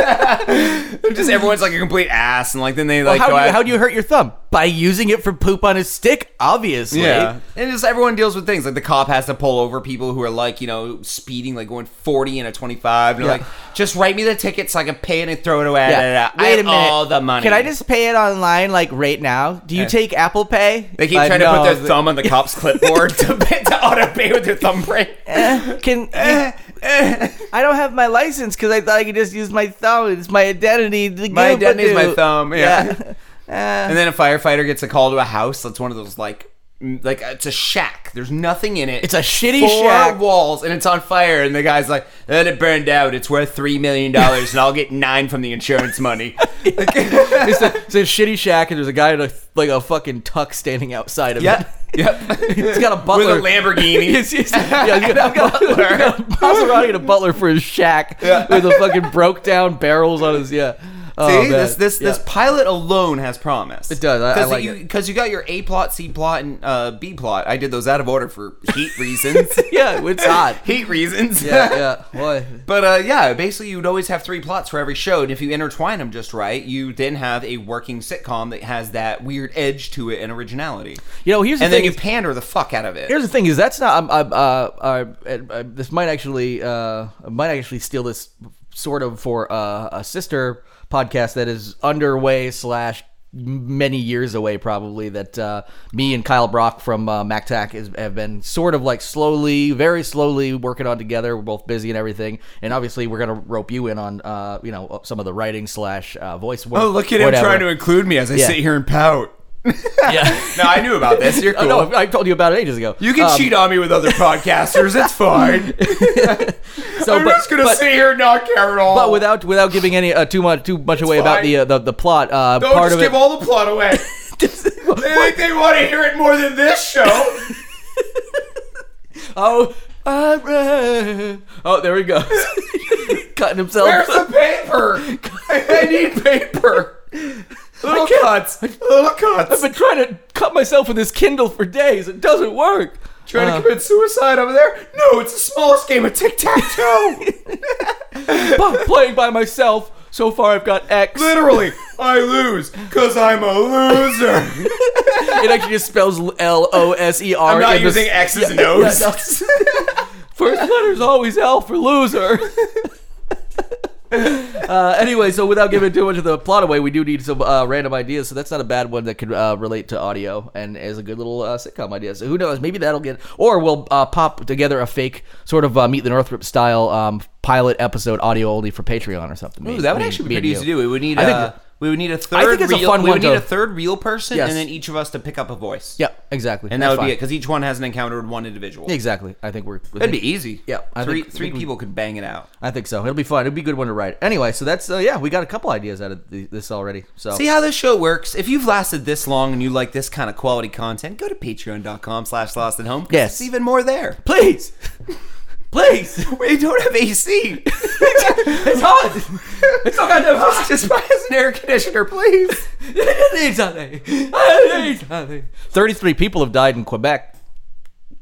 [SPEAKER 2] just everyone's like a complete ass, and like then they like
[SPEAKER 3] how,
[SPEAKER 2] go
[SPEAKER 3] do you,
[SPEAKER 2] out-
[SPEAKER 3] how do you hurt your thumb by using it for poop on a stick? Obviously.
[SPEAKER 2] Yeah, and just everyone deals with things like the cop has to pull over people who are like you know speeding, like going forty and a twenty-five, and they're
[SPEAKER 3] Yeah.
[SPEAKER 2] like, just write me the ticket so I can pay it and throw it away. Da, da, da. I
[SPEAKER 3] Wait a
[SPEAKER 2] have
[SPEAKER 3] minute.
[SPEAKER 2] all the money.
[SPEAKER 3] Can I just pay it online like right now? Do you take Apple Pay?
[SPEAKER 2] They keep
[SPEAKER 3] Uh,
[SPEAKER 2] trying to
[SPEAKER 3] no,
[SPEAKER 2] put their
[SPEAKER 3] but-
[SPEAKER 2] thumb on the cop's clipboard to, to auto pay with their thumbprint.
[SPEAKER 3] Can I don't have my license because I thought I could just use my thumb. It's my identity.
[SPEAKER 2] My identity is my thumb. Yeah.
[SPEAKER 3] Yeah.
[SPEAKER 2] and then a firefighter gets a call to a house that's one of those like. mm, Like it's a shack. There's nothing in it.
[SPEAKER 3] It's a shitty
[SPEAKER 2] Four
[SPEAKER 3] shack.
[SPEAKER 2] walls, and it's on fire. And the guy's like, "Then it burned out. It's worth three million dollars, and I'll get nine from the insurance money."
[SPEAKER 3] it's, a, it's a shitty shack, and there's a guy in a, like a fucking tuck standing outside of
[SPEAKER 2] Yep.
[SPEAKER 3] it.
[SPEAKER 2] Yep.
[SPEAKER 3] He's got a butler.
[SPEAKER 2] With a Lamborghini.
[SPEAKER 3] Yes, yes. Yeah, he's got, got,
[SPEAKER 2] Butler.
[SPEAKER 3] he's got a Maserati and a butler for his shack with a fucking broke down barrels on his yeah. Oh,
[SPEAKER 2] See
[SPEAKER 3] man.
[SPEAKER 2] this this this
[SPEAKER 3] Yeah.
[SPEAKER 2] pilot alone has promise. It
[SPEAKER 3] does. I- I
[SPEAKER 2] Cause
[SPEAKER 3] like
[SPEAKER 2] you,
[SPEAKER 3] it.
[SPEAKER 2] Because you got your A plot, C plot, and uh, B plot. I did those out of order for heat reasons.
[SPEAKER 3] Yeah, it's hot.
[SPEAKER 2] heat reasons.
[SPEAKER 3] yeah, yeah. Boy.
[SPEAKER 2] But uh, yeah, basically you'd always have three plots for every show, and if you intertwine them just right, you then have a working sitcom that has that weird edge to it and originality.
[SPEAKER 3] You know, here's the
[SPEAKER 2] and
[SPEAKER 3] thing
[SPEAKER 2] then you
[SPEAKER 3] is-
[SPEAKER 2] pander the fuck out of it.
[SPEAKER 3] Here's the thing: is that's not. I'm, I'm, uh, uh, uh, this might actually uh, I might actually steal this sort of for uh, a sister podcast that is underway slash many years away probably that uh, me and Kyle Brock from uh, MacTac is, have been sort of like slowly very slowly working on together we're both busy and everything and obviously we're gonna rope you in on uh, you know some of the writing slash uh, voice work
[SPEAKER 2] oh, look at him
[SPEAKER 3] whatever.
[SPEAKER 2] trying to include me as I sit here and pout.
[SPEAKER 3] yeah
[SPEAKER 2] No, I knew about this. You're cool.
[SPEAKER 3] oh, no I told you about it ages ago
[SPEAKER 2] You can
[SPEAKER 3] Um,
[SPEAKER 2] cheat on me with other podcasters. It's fine.
[SPEAKER 3] so
[SPEAKER 2] I'm just gonna sit here and not care at all.
[SPEAKER 3] But without without giving any uh, too much too much away about
[SPEAKER 2] Oh. fine.
[SPEAKER 3] the, uh, the the plot, uh,
[SPEAKER 2] don't
[SPEAKER 3] part
[SPEAKER 2] just
[SPEAKER 3] of it.
[SPEAKER 2] give all the plot away. they think they want to hear it more than this show.
[SPEAKER 3] Oh, I ran. Oh, there he goes. Cutting himself.
[SPEAKER 2] Where's the paper? I need paper. Little cuts. Little
[SPEAKER 3] I've
[SPEAKER 2] cuts.
[SPEAKER 3] been trying to cut myself with this Kindle for days. It doesn't work.
[SPEAKER 2] Trying
[SPEAKER 3] Uh,
[SPEAKER 2] to commit suicide over there? No, it's the smallest game of tic tac toe.
[SPEAKER 3] bu- playing by myself. So far, I've got X.
[SPEAKER 2] Literally, I lose because I'm a loser.
[SPEAKER 3] It actually just spells L O S E R.
[SPEAKER 2] I'm not
[SPEAKER 3] in the s-
[SPEAKER 2] using X's and
[SPEAKER 3] yeah,
[SPEAKER 2] O's.
[SPEAKER 3] no. First letter's always L for loser. uh, anyway, so without giving too much of the plot away, we do need some uh, random ideas. So that's not a bad one that could uh, relate to audio and is a good little uh, sitcom idea. So who knows? Maybe that'll get, or we'll uh, pop together a fake sort of uh, Meet the Northrop style um, pilot episode audio only for Patreon or something.
[SPEAKER 2] Ooh, that would actually be pretty easy to do. We would need uh,
[SPEAKER 3] I
[SPEAKER 2] a.
[SPEAKER 3] think-
[SPEAKER 2] we would need a third.
[SPEAKER 3] I think it's a
[SPEAKER 2] real,
[SPEAKER 3] fun
[SPEAKER 2] we would
[SPEAKER 3] one
[SPEAKER 2] need
[SPEAKER 3] to-
[SPEAKER 2] a third real person,
[SPEAKER 3] Yes.
[SPEAKER 2] and then each of us to pick up a voice.
[SPEAKER 3] Yeah, exactly.
[SPEAKER 2] and that
[SPEAKER 3] That's
[SPEAKER 2] would be it
[SPEAKER 3] fine.
[SPEAKER 2] because each one hasn't encountered one individual.
[SPEAKER 3] Exactly. I think we're.
[SPEAKER 2] That'd be easy.
[SPEAKER 3] Yeah, I
[SPEAKER 2] three
[SPEAKER 3] think-
[SPEAKER 2] three people could bang it out.
[SPEAKER 3] I think so. It'll be fun. It'll be a good one to write. Anyway, so that's uh, yeah, we got a couple ideas out of the, this already. So
[SPEAKER 2] See how this show works. If you've lasted this long and you like this kind of quality content, go to patreon.com slash lost at home. 'cause
[SPEAKER 3] Yes.
[SPEAKER 2] It's even more there.
[SPEAKER 3] please, please,
[SPEAKER 2] We don't have AC.
[SPEAKER 3] it's hot. It's so goddamn hot.
[SPEAKER 2] Just buy us an air conditioner, please.
[SPEAKER 3] I need something. I need something. Thirty-three people have died in Quebec.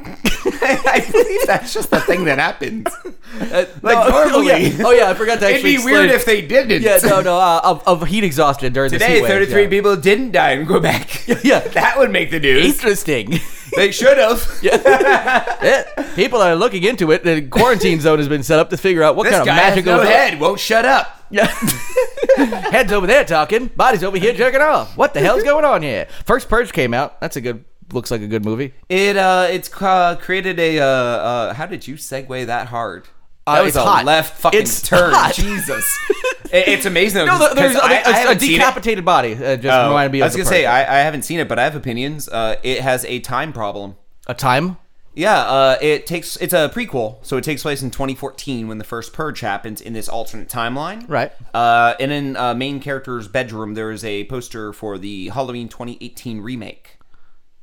[SPEAKER 2] I believe that's just the thing that happens. Like,
[SPEAKER 3] oh, yeah.
[SPEAKER 2] normally-
[SPEAKER 3] Oh yeah, I forgot to
[SPEAKER 2] It'd
[SPEAKER 3] actually.
[SPEAKER 2] be weird
[SPEAKER 3] explain.
[SPEAKER 2] if they didn't.
[SPEAKER 3] Yeah, no, no, uh, of, of heat exhaustion during the
[SPEAKER 2] Today,
[SPEAKER 3] heat wave,
[SPEAKER 2] 33
[SPEAKER 3] yeah.
[SPEAKER 2] people didn't die in Quebec.
[SPEAKER 3] yeah.
[SPEAKER 2] That would make the news.
[SPEAKER 3] Interesting.
[SPEAKER 2] they should have.
[SPEAKER 3] Yeah, People are looking into it. The quarantine zone has been set up to figure out what
[SPEAKER 2] This
[SPEAKER 3] kind of
[SPEAKER 2] guy has
[SPEAKER 3] magical
[SPEAKER 2] no head, won't shut up.
[SPEAKER 3] Yeah. Head's over there talking, body's over here jerking off. What the hell's going on here? First Purge came out. That's a good, looks like a good movie.
[SPEAKER 2] It uh, it's uh, created a uh, uh, how did you segue that hard?
[SPEAKER 3] Uh,
[SPEAKER 2] That was
[SPEAKER 3] it's
[SPEAKER 2] a
[SPEAKER 3] hot.
[SPEAKER 2] left fucking
[SPEAKER 3] It's
[SPEAKER 2] turn.
[SPEAKER 3] hot.
[SPEAKER 2] Jesus, It- it's amazing. Though,
[SPEAKER 3] No,
[SPEAKER 2] just-
[SPEAKER 3] there's
[SPEAKER 2] 'cause I- I
[SPEAKER 3] a
[SPEAKER 2] haven't seen it.
[SPEAKER 3] decapitated body. Uh, just
[SPEAKER 2] Oh,
[SPEAKER 3] reminded me. Of
[SPEAKER 2] I was
[SPEAKER 3] the
[SPEAKER 2] gonna say
[SPEAKER 3] Purge.
[SPEAKER 2] I, I haven't seen it, but I have opinions. Uh, it has a time problem.
[SPEAKER 3] a time.
[SPEAKER 2] Yeah, uh, it takes it's a prequel, so it takes place in 2014 when the first purge happens in this alternate timeline.
[SPEAKER 3] Right.
[SPEAKER 2] Uh, and in uh, main character's bedroom, there is a poster for the Halloween 2018 remake.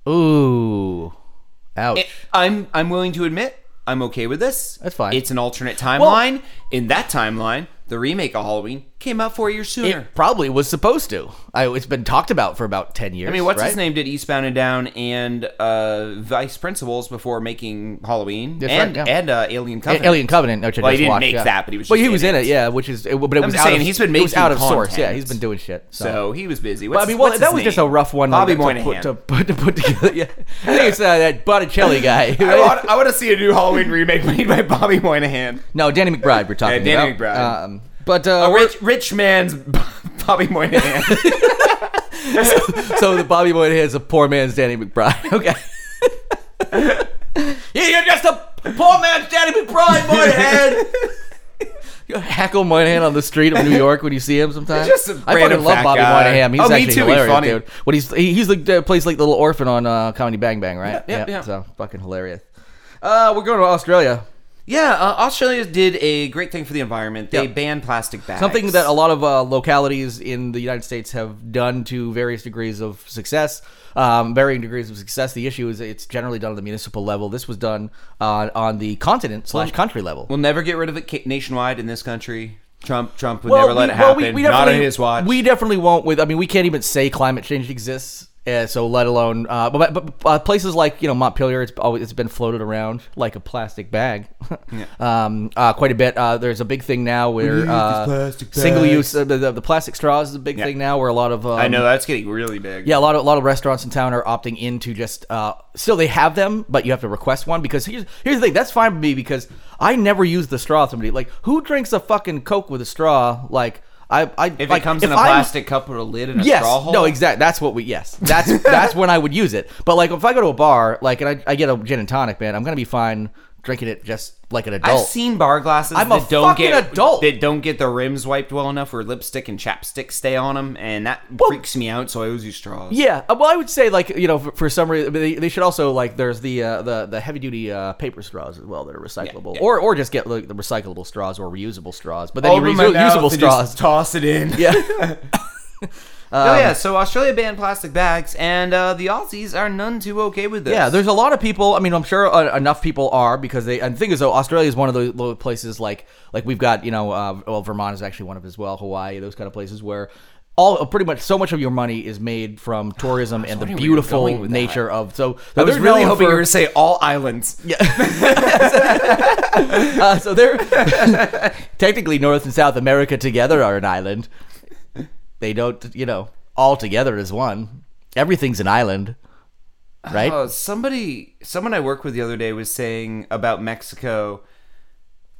[SPEAKER 3] Ooh, ouch.
[SPEAKER 2] I'm I'm willing to admit I'm okay with this.
[SPEAKER 3] Eh. That's fine.
[SPEAKER 2] It's an alternate timeline. in that timeline, the remake of Halloween came out four years sooner.
[SPEAKER 3] it probably was supposed to. I, it's been talked about for about ten years.
[SPEAKER 2] I mean, what's
[SPEAKER 3] right?
[SPEAKER 2] his name did Eastbound and Down and uh, Vice Principals before making Halloween
[SPEAKER 3] That's
[SPEAKER 2] and
[SPEAKER 3] right, yeah.
[SPEAKER 2] and uh, Alien
[SPEAKER 3] A-
[SPEAKER 2] Covenant.
[SPEAKER 3] Alien Covenant. Which I
[SPEAKER 2] Well, he
[SPEAKER 3] just
[SPEAKER 2] didn't
[SPEAKER 3] watched,
[SPEAKER 2] make
[SPEAKER 3] yeah.
[SPEAKER 2] that, but he was
[SPEAKER 3] Well,
[SPEAKER 2] just
[SPEAKER 3] he was in
[SPEAKER 2] in
[SPEAKER 3] it.
[SPEAKER 2] it.
[SPEAKER 3] Yeah, which is. It, but it was
[SPEAKER 2] just
[SPEAKER 3] out
[SPEAKER 2] saying,
[SPEAKER 3] of,
[SPEAKER 2] he's been
[SPEAKER 3] it was
[SPEAKER 2] making
[SPEAKER 3] out of source.
[SPEAKER 2] content.
[SPEAKER 3] Yeah, he's been doing shit. So.
[SPEAKER 2] So he was busy.
[SPEAKER 3] But,
[SPEAKER 2] What's,
[SPEAKER 3] I mean, well,
[SPEAKER 2] what's
[SPEAKER 3] that
[SPEAKER 2] his
[SPEAKER 3] was just a
[SPEAKER 2] name?
[SPEAKER 3] rough one.
[SPEAKER 2] Bobby
[SPEAKER 3] to,
[SPEAKER 2] Moynihan.
[SPEAKER 3] To put, to put, to put together. Yeah. I think it's uh, that Botticelli guy.
[SPEAKER 2] I want, I want to see a new Halloween remake made by Bobby Moynihan.
[SPEAKER 3] no, Danny McBride. We're talking
[SPEAKER 2] Yeah, Danny
[SPEAKER 3] about.
[SPEAKER 2] McBride.
[SPEAKER 3] Um, but uh, we're-
[SPEAKER 2] Rich, rich man's Bobby Moynihan.
[SPEAKER 3] so the Bobby Moynihan's a poor man's Danny McBride. Okay. Yeah, You're just a poor man's Danny McBride, Moynihan. You Hackle Moynihan on the street of New York when you see him sometimes.
[SPEAKER 2] Just a
[SPEAKER 3] I fucking
[SPEAKER 2] random
[SPEAKER 3] love
[SPEAKER 2] fat
[SPEAKER 3] Bobby
[SPEAKER 2] guy.
[SPEAKER 3] Moynihan. He's
[SPEAKER 2] Oh, me
[SPEAKER 3] actually
[SPEAKER 2] too, he's
[SPEAKER 3] hilarious,
[SPEAKER 2] funny.
[SPEAKER 3] dude. What he's he, he's like uh, plays like the little orphan on uh, Comedy Bang Bang, right?
[SPEAKER 2] yeah, yeah.
[SPEAKER 3] So fucking hilarious. Uh, we're going to Australia.
[SPEAKER 2] Yeah, uh, Australia did a great thing for the environment. They
[SPEAKER 3] Yeah.
[SPEAKER 2] banned plastic bags.
[SPEAKER 3] Something that a lot of uh, localities in the United States have done to various degrees of success, um, varying degrees of success. The issue is it's generally done at the municipal level. This was done uh, on the continent slash country level.
[SPEAKER 2] we'll never get rid of it ca- nationwide in this country. Trump, Trump would never let it
[SPEAKER 3] well,
[SPEAKER 2] happen. Not on
[SPEAKER 3] definitely-
[SPEAKER 2] his watch.
[SPEAKER 3] We definitely won't. With I mean, we can't even say climate change exists. Uh, so let alone, uh, but, but uh, places like you know Montpelier, it's always it's been floated around like a plastic bag, um, uh, quite a bit. Uh, there's a big thing now where uh,
[SPEAKER 2] plastic
[SPEAKER 3] single use uh, the, the, the plastic straws is a big thing now where a lot of um,
[SPEAKER 2] I know that's getting really big.
[SPEAKER 3] yeah, a lot of a lot of restaurants in town are opting into just uh, still they have them, but you have to request one because here's here's the thing that's fine with me because I never use the straw. Somebody like who drinks a fucking coke with a straw? Like I I
[SPEAKER 2] If
[SPEAKER 3] like,
[SPEAKER 2] it comes in a
[SPEAKER 3] I'm-
[SPEAKER 2] plastic cup with a lid and a
[SPEAKER 3] Yes,
[SPEAKER 2] straw hole,
[SPEAKER 3] no, exactly. That's what we. Yes, that's that's when I would use it. But like if I go to a bar, like and I, I get a gin and tonic, man, I'm gonna be fine drinking it just like an
[SPEAKER 2] I've
[SPEAKER 3] adult.
[SPEAKER 2] seen bar glasses
[SPEAKER 3] I'm a
[SPEAKER 2] that don't
[SPEAKER 3] fucking
[SPEAKER 2] get
[SPEAKER 3] adult.
[SPEAKER 2] that don't get the rims wiped well enough, where lipstick and chapstick stay on them, and that freaks me out. So I always use straws.
[SPEAKER 3] Yeah, uh, well, I would say like you know for, for some reason they, they should also like there's the uh, the the heavy duty uh, paper straws as well that are recyclable
[SPEAKER 2] yeah.
[SPEAKER 3] or or just get like, the recyclable straws or reusable straws, but then you reuse usable straws.
[SPEAKER 2] toss it in.
[SPEAKER 3] yeah.
[SPEAKER 2] oh yeah, so Australia banned plastic bags, and uh, the Aussies are none too okay with this.
[SPEAKER 3] Yeah, there's a lot of people. I mean, I'm sure uh, enough people are because they. And the thing is, though, Australia is one of those little places like like we've got you know, uh, well, Vermont is actually one of as well, Hawaii, those kind of places where all uh, pretty much so much of your money is made from tourism and the
[SPEAKER 2] wondering where you were
[SPEAKER 3] beautiful
[SPEAKER 2] going with that.
[SPEAKER 3] nature of. So
[SPEAKER 2] I was really hoping you were
[SPEAKER 3] for,
[SPEAKER 2] going to say all islands.
[SPEAKER 3] uh, so they're technically North and South America together are an island. They don't, you know, all together is one. Everything's an island, right?
[SPEAKER 2] Uh, somebody, someone I worked with the other day was saying about Mexico.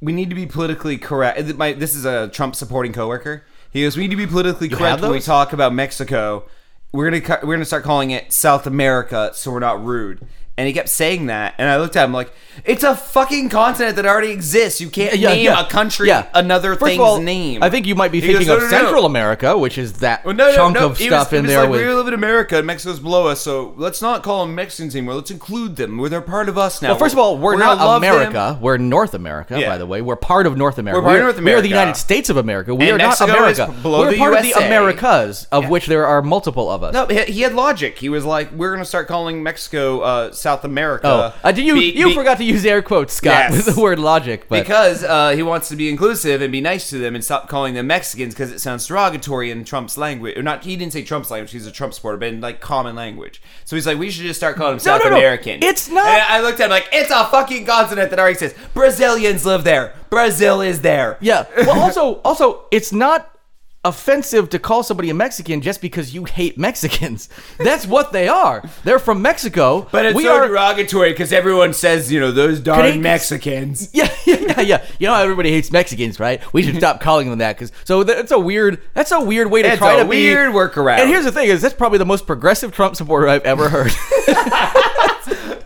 [SPEAKER 2] We need to be politically correct. Uh, My, this is a Trump supporting coworker. He goes, "We need to be politically correct
[SPEAKER 3] have
[SPEAKER 2] when we
[SPEAKER 3] those?
[SPEAKER 2] talk about Mexico. We're gonna cu- we're gonna start calling it South America, so we're not rude." And he kept saying that, and I looked at him like, "It's a fucking continent that already exists. You can't name a country another
[SPEAKER 3] First of
[SPEAKER 2] thing's
[SPEAKER 3] all,
[SPEAKER 2] name."
[SPEAKER 3] I think you might be
[SPEAKER 2] He goes,
[SPEAKER 3] thinking
[SPEAKER 2] "No,
[SPEAKER 3] of
[SPEAKER 2] no, no, no."
[SPEAKER 3] Central America, which is that
[SPEAKER 2] Well, no, no,
[SPEAKER 3] chunk
[SPEAKER 2] no.
[SPEAKER 3] of
[SPEAKER 2] He
[SPEAKER 3] stuff
[SPEAKER 2] was,
[SPEAKER 3] in
[SPEAKER 2] he was
[SPEAKER 3] there
[SPEAKER 2] like,
[SPEAKER 3] with.
[SPEAKER 2] we live in America and Mexico's below us, so let's not call them Mexicans anymore. Let's include them. Well, they're part of us now.
[SPEAKER 3] well, first of all, we're,
[SPEAKER 2] gonna
[SPEAKER 3] not
[SPEAKER 2] love them.
[SPEAKER 3] America. We're North America,
[SPEAKER 2] Yeah.
[SPEAKER 3] by the way. We're part of North America.
[SPEAKER 2] We're part of North
[SPEAKER 3] We are
[SPEAKER 2] America.
[SPEAKER 3] the United States of America. We
[SPEAKER 2] And
[SPEAKER 3] are
[SPEAKER 2] Mexico
[SPEAKER 3] not
[SPEAKER 2] is
[SPEAKER 3] America.
[SPEAKER 2] below
[SPEAKER 3] we're
[SPEAKER 2] the
[SPEAKER 3] part of the
[SPEAKER 2] USA.
[SPEAKER 3] Americas, of which there are multiple of us.
[SPEAKER 2] No, he, he had logic. He was like, we're going to start calling Mexico uh, South America.
[SPEAKER 3] Oh, uh, did you
[SPEAKER 2] Be-
[SPEAKER 3] you
[SPEAKER 2] be-
[SPEAKER 3] forgot to use air quotes, Scott,
[SPEAKER 2] Yes.
[SPEAKER 3] with the word logic? But
[SPEAKER 2] Because uh, he wants to be inclusive and be nice to them and stop calling them Mexicans because it sounds derogatory in Trump's language. Or not, he didn't say Trump's language. He's a Trump supporter, but in like common language. So he's like, we should just start calling them
[SPEAKER 3] No,
[SPEAKER 2] South
[SPEAKER 3] no, no.
[SPEAKER 2] American.
[SPEAKER 3] It's not-
[SPEAKER 2] And I looked at him like, it's a fucking continent that already exists. Brazilians live there. Brazil is there.
[SPEAKER 3] yeah. Well, also also it's not offensive to call somebody a Mexican just because you hate Mexicans. That's what they are. They're from Mexico.
[SPEAKER 2] But it's
[SPEAKER 3] we
[SPEAKER 2] so
[SPEAKER 3] are
[SPEAKER 2] derogatory because everyone says, you know, those darn
[SPEAKER 3] Canadians-
[SPEAKER 2] Mexicans.
[SPEAKER 3] Yeah, yeah, yeah, yeah. You know, how everybody hates Mexicans, right? We should stop calling them that because so that's a weird. That's a weird way to
[SPEAKER 2] It's
[SPEAKER 3] try
[SPEAKER 2] a
[SPEAKER 3] to be-
[SPEAKER 2] weird workaround.
[SPEAKER 3] And here's the thing: is that's probably the most progressive Trump supporter I've ever heard.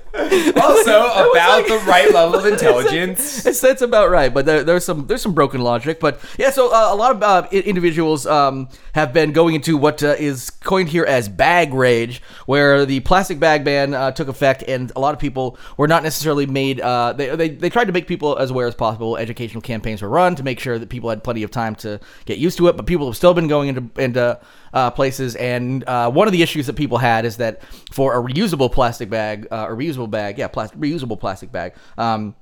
[SPEAKER 2] Also, about
[SPEAKER 3] like-
[SPEAKER 2] the right level of intelligence.
[SPEAKER 3] it's, that's about right. But there, there's some there's some broken logic. But yeah, so uh, a lot of uh, i- individuals um, have been going into what uh, is coined here as bag rage, where the plastic bag ban uh, took effect, and a lot of people were not necessarily made. Uh, they, they they tried to make people as aware as possible. Educational campaigns were run to make sure that people had plenty of time to get used to it. But people have still been going into into uh, places, and uh, one of the issues that people had is that for a reusable plastic bag, uh, a reusable bag, yeah, plastic, reusable plastic bag. Um,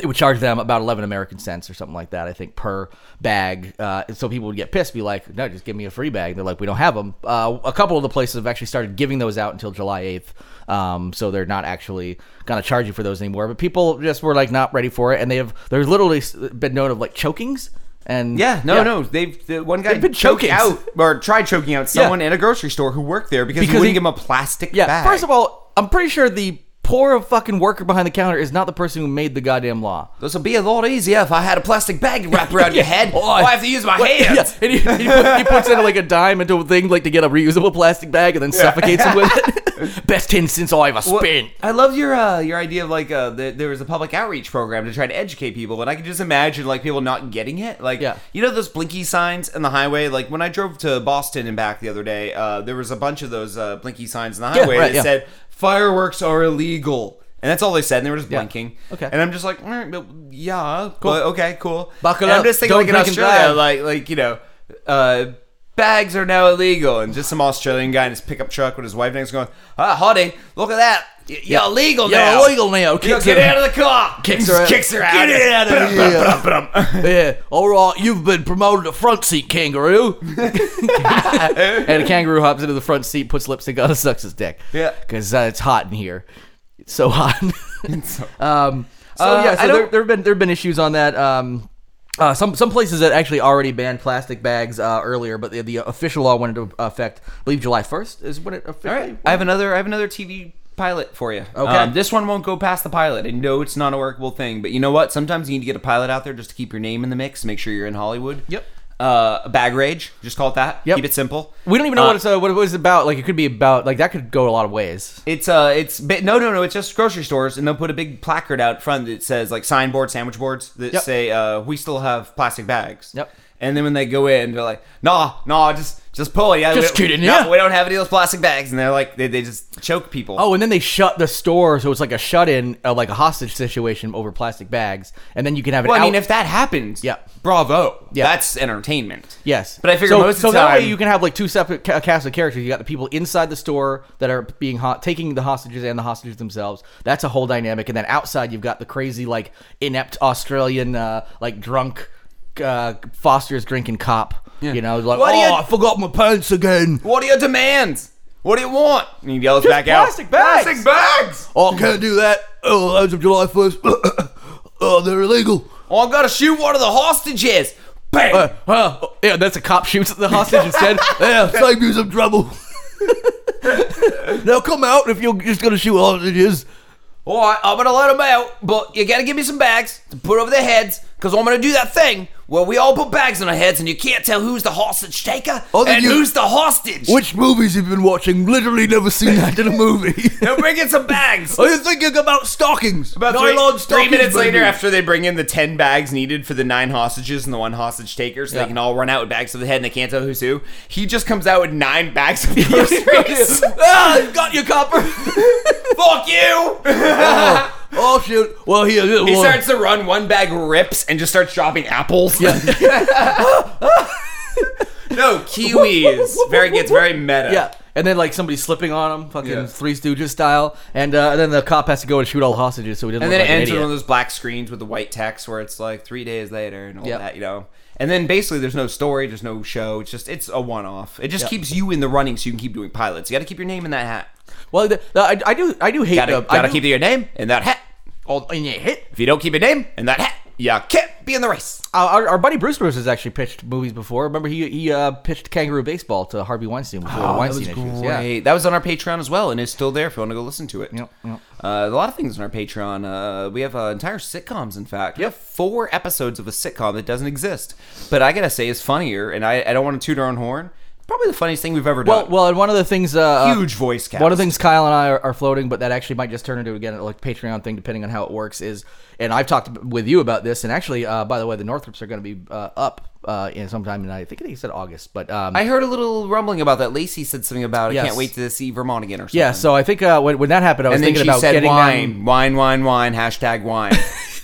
[SPEAKER 3] it would charge them about 11 American cents or something like that, I think, per bag. Uh, and so people would get pissed, be like, no, just give me a free bag. They're like, we don't have them. Uh, a couple of the places have actually started giving those out until July 8th. Um, so they're not actually going to charge you for those anymore. But people just were like not ready for it. And they have, there's literally s- been known of like chokings. And
[SPEAKER 2] Yeah, no, no. They've the one guy
[SPEAKER 3] They've been
[SPEAKER 2] choked
[SPEAKER 3] choking.
[SPEAKER 2] out or tried choking out
[SPEAKER 3] Yeah.
[SPEAKER 2] someone in a grocery store who worked there because,
[SPEAKER 3] Because
[SPEAKER 2] he wouldn't
[SPEAKER 3] he-
[SPEAKER 2] give him a plastic
[SPEAKER 3] Yeah.
[SPEAKER 2] bag.
[SPEAKER 3] First of all, I'm pretty sure the poor fucking worker behind the counter is not the person who made the goddamn law.
[SPEAKER 2] this would be a lot easier if I had a plastic bag to wrap around your head.
[SPEAKER 3] Oh,
[SPEAKER 2] Oh,
[SPEAKER 3] I-
[SPEAKER 2] I have to use my hands.
[SPEAKER 3] Yeah, and he, he, put- he puts in like a dime into a thing like to get a reusable plastic bag and then suffocates him with it. Best ten since I ever
[SPEAKER 2] Well,
[SPEAKER 3] spent.
[SPEAKER 2] I love your uh, your idea of like uh, the, there was a public outreach program to try to educate people, and I can just imagine like people not getting it. Like,
[SPEAKER 3] Yeah.
[SPEAKER 2] you know those blinky signs in the highway. Like when I drove to Boston and back the other day, uh, there was a bunch of those uh, blinky signs in the
[SPEAKER 3] Yeah,
[SPEAKER 2] highway
[SPEAKER 3] right,
[SPEAKER 2] that
[SPEAKER 3] yeah.
[SPEAKER 2] said fireworks are illegal, and that's all they said. and They were just blinking.
[SPEAKER 3] Okay.
[SPEAKER 2] and I'm just like, "Mm, but- yeah, but okay, cool.
[SPEAKER 3] Buckle
[SPEAKER 2] And
[SPEAKER 3] up.
[SPEAKER 2] I'm just thinking
[SPEAKER 3] Don't
[SPEAKER 2] like in
[SPEAKER 3] drink and
[SPEAKER 2] Australia,
[SPEAKER 3] drive.
[SPEAKER 2] like like you know. Uh, Bags are now illegal, and just some Australian guy in his pickup truck with his wife next to him going, "Ah, hottie, look at that! Y- You're illegal
[SPEAKER 3] You're
[SPEAKER 2] now.
[SPEAKER 3] illegal now.
[SPEAKER 2] You know,
[SPEAKER 3] Kicks
[SPEAKER 2] get
[SPEAKER 3] her-
[SPEAKER 2] out of the car.
[SPEAKER 3] kicks
[SPEAKER 2] Kicks
[SPEAKER 3] her out.
[SPEAKER 2] her. Kicks her out.
[SPEAKER 3] Get out of
[SPEAKER 2] Brum,
[SPEAKER 3] here.
[SPEAKER 2] brum, brum, brum.
[SPEAKER 3] Yeah, all right, you've been promoted to front seat kangaroo. and a kangaroo hops into the front seat, puts lipstick on, and sucks his dick.
[SPEAKER 2] Yeah.
[SPEAKER 3] because uh, it's hot in here. It's so hot. um, so
[SPEAKER 2] Uh,
[SPEAKER 3] yeah, so
[SPEAKER 2] I
[SPEAKER 3] there,
[SPEAKER 2] don't-
[SPEAKER 3] there have been there have been issues on that. Um, uh, some some places that actually already banned plastic bags uh, earlier, but the, the official law went into effect, I believe July first is when it officially.
[SPEAKER 2] All right, I have another. I have another TV pilot for you.
[SPEAKER 3] Okay.
[SPEAKER 2] Um, this one won't go past the pilot. I know it's not a workable thing, but you know what? Sometimes you need to get a pilot out there just to keep your name in the mix, make sure you're in Hollywood.
[SPEAKER 3] Yep.
[SPEAKER 2] Uh, bag rage. Just call it that.
[SPEAKER 3] Yep.
[SPEAKER 2] Keep it simple.
[SPEAKER 3] We don't even know
[SPEAKER 2] Uh,
[SPEAKER 3] what it's uh, what it was about. Like it could be about like that could go a lot of ways.
[SPEAKER 2] It's uh, it's ba- no, no, no. It's just grocery stores, and they'll put a big placard out front that says like signboard, sandwich boards that
[SPEAKER 3] Yep.
[SPEAKER 2] say, uh, "We still have plastic bags."
[SPEAKER 3] Yep.
[SPEAKER 2] And then when they go in, they're like, "Nah, nah, just just pull it. Yeah,
[SPEAKER 3] Just
[SPEAKER 2] we,
[SPEAKER 3] kidding,
[SPEAKER 2] no,
[SPEAKER 3] yeah."
[SPEAKER 2] we don't have any of those plastic bags." And they're like, they, they just choke people.
[SPEAKER 3] Oh, and then they shut the store, so it's like a shut-in, uh, like a hostage situation over plastic bags, and then you can have it.
[SPEAKER 2] well, I
[SPEAKER 3] out-
[SPEAKER 2] mean, if that happens,
[SPEAKER 3] Yeah.
[SPEAKER 2] bravo.
[SPEAKER 3] Yeah.
[SPEAKER 2] that's entertainment.
[SPEAKER 3] yes,
[SPEAKER 2] but I figure
[SPEAKER 3] so,
[SPEAKER 2] most of
[SPEAKER 3] so
[SPEAKER 2] the
[SPEAKER 3] that way
[SPEAKER 2] time-
[SPEAKER 3] you can have like two separate ca- casts of characters. You got the people inside the store that are being hot, taking the hostages and the hostages themselves. That's a whole dynamic, and then outside you've got the crazy, like inept Australian, uh, like drunk. Uh, Foster's drinking cop, you know, like
[SPEAKER 2] What do
[SPEAKER 3] oh,
[SPEAKER 2] you-
[SPEAKER 3] I forgot my pants again.
[SPEAKER 2] What are your demands? What do you want? And he yells back
[SPEAKER 3] plastic
[SPEAKER 2] out.
[SPEAKER 3] bags.
[SPEAKER 2] Plastic bags.
[SPEAKER 3] Oh, I can't do that. Oh, as of July first, oh, they're illegal.
[SPEAKER 2] Oh, I've got to shoot one of the hostages. Bang.
[SPEAKER 3] Uh, yeah, that's a cop shoots at the hostage instead. yeah, save you some trouble. now come out if you're just gonna shoot hostages.
[SPEAKER 2] All right, I'm gonna let them out, but you gotta give me some bags to put over their heads, cause I'm gonna do that thing where we all put bags on our heads, and you can't tell who's the hostage taker
[SPEAKER 3] Other
[SPEAKER 2] and
[SPEAKER 3] you-
[SPEAKER 2] who's the hostage.
[SPEAKER 3] Which movies have you been watching? Literally never seen that in a movie.
[SPEAKER 2] They're bringing some bags.
[SPEAKER 3] Are you thinking about stockings?
[SPEAKER 2] three,
[SPEAKER 3] Nylon stockings,
[SPEAKER 2] minutes later,
[SPEAKER 3] baby.
[SPEAKER 2] after they bring in the ten bags needed for the nine hostages and the one hostage taker, so
[SPEAKER 3] Yeah.
[SPEAKER 2] they can all run out with bags to the head and they can't tell who's who, he just comes out with nine bags of groceries.
[SPEAKER 3] ah, I've got your copper.
[SPEAKER 2] Fuck you!
[SPEAKER 3] oh, oh, shoot. Well, here, here
[SPEAKER 2] He
[SPEAKER 3] well.
[SPEAKER 2] starts to run, one bag rips, and just starts dropping apples. no, kiwis. Very gets very meta.
[SPEAKER 3] Yeah, and then like somebody slipping on him, fucking
[SPEAKER 2] Yeah.
[SPEAKER 3] Three Stooges style, and, uh, and then the cop has to go and shoot all the hostages, so he doesn't.
[SPEAKER 2] And
[SPEAKER 3] look
[SPEAKER 2] then it
[SPEAKER 3] like an
[SPEAKER 2] ends with
[SPEAKER 3] idiot.
[SPEAKER 2] one of those black screens with the white text where it's like three days later and all
[SPEAKER 3] Yep.
[SPEAKER 2] that, you know. And then basically there's no story, there's no show. It's just it's a one off. It just
[SPEAKER 3] Yep.
[SPEAKER 2] keeps you in the running so you can keep doing pilots. You got to keep your name in that hat.
[SPEAKER 3] Well, the, the, I, I do, I do hate
[SPEAKER 2] Got to
[SPEAKER 3] the. uh, I
[SPEAKER 2] got to
[SPEAKER 3] do-
[SPEAKER 2] keep your name in that hat.
[SPEAKER 3] Oh, and you hit.
[SPEAKER 2] If you don't keep your name in that hat, you can't be in the race.
[SPEAKER 3] Our, our- our buddy Bruce Bruce has actually pitched movies before. Remember, he he uh, pitched Kangaroo Baseball to Harvey Weinstein before the
[SPEAKER 2] Oh, that was
[SPEAKER 3] Weinstein issues. Yeah.
[SPEAKER 2] great. That was on our Patreon as well, and it's still there if you want to go listen to it.
[SPEAKER 3] Yep, yep.
[SPEAKER 2] Uh, a lot of things on our Patreon. Uh, we have uh, entire sitcoms, in fact. We
[SPEAKER 3] Yep.
[SPEAKER 2] have four episodes of a sitcom that doesn't exist, but I gotta say is funnier, and I, I don't want to toot our own horn. Probably the funniest thing we've ever
[SPEAKER 3] Well,
[SPEAKER 2] done.
[SPEAKER 3] well, and one of the things, uh,
[SPEAKER 2] huge voice cast.
[SPEAKER 3] One of the things Kyle and I are, are floating, but that actually might just turn into again a, like Patreon thing, depending on how it works. Is and I've talked with you about this, and actually, uh, by the way, the Northrops are going to be uh, up uh, in sometime, and I think they said August, but um,
[SPEAKER 2] I heard a little rumbling about that. Lacey said something about I
[SPEAKER 3] Yes.
[SPEAKER 2] can't wait to see Vermont again or something.
[SPEAKER 3] yeah. So I think uh, when, when that happened, I was
[SPEAKER 2] and then
[SPEAKER 3] thinking
[SPEAKER 2] she
[SPEAKER 3] about
[SPEAKER 2] said
[SPEAKER 3] getting um,
[SPEAKER 2] wine,
[SPEAKER 3] them-
[SPEAKER 2] wine, wine, wine, hashtag wine.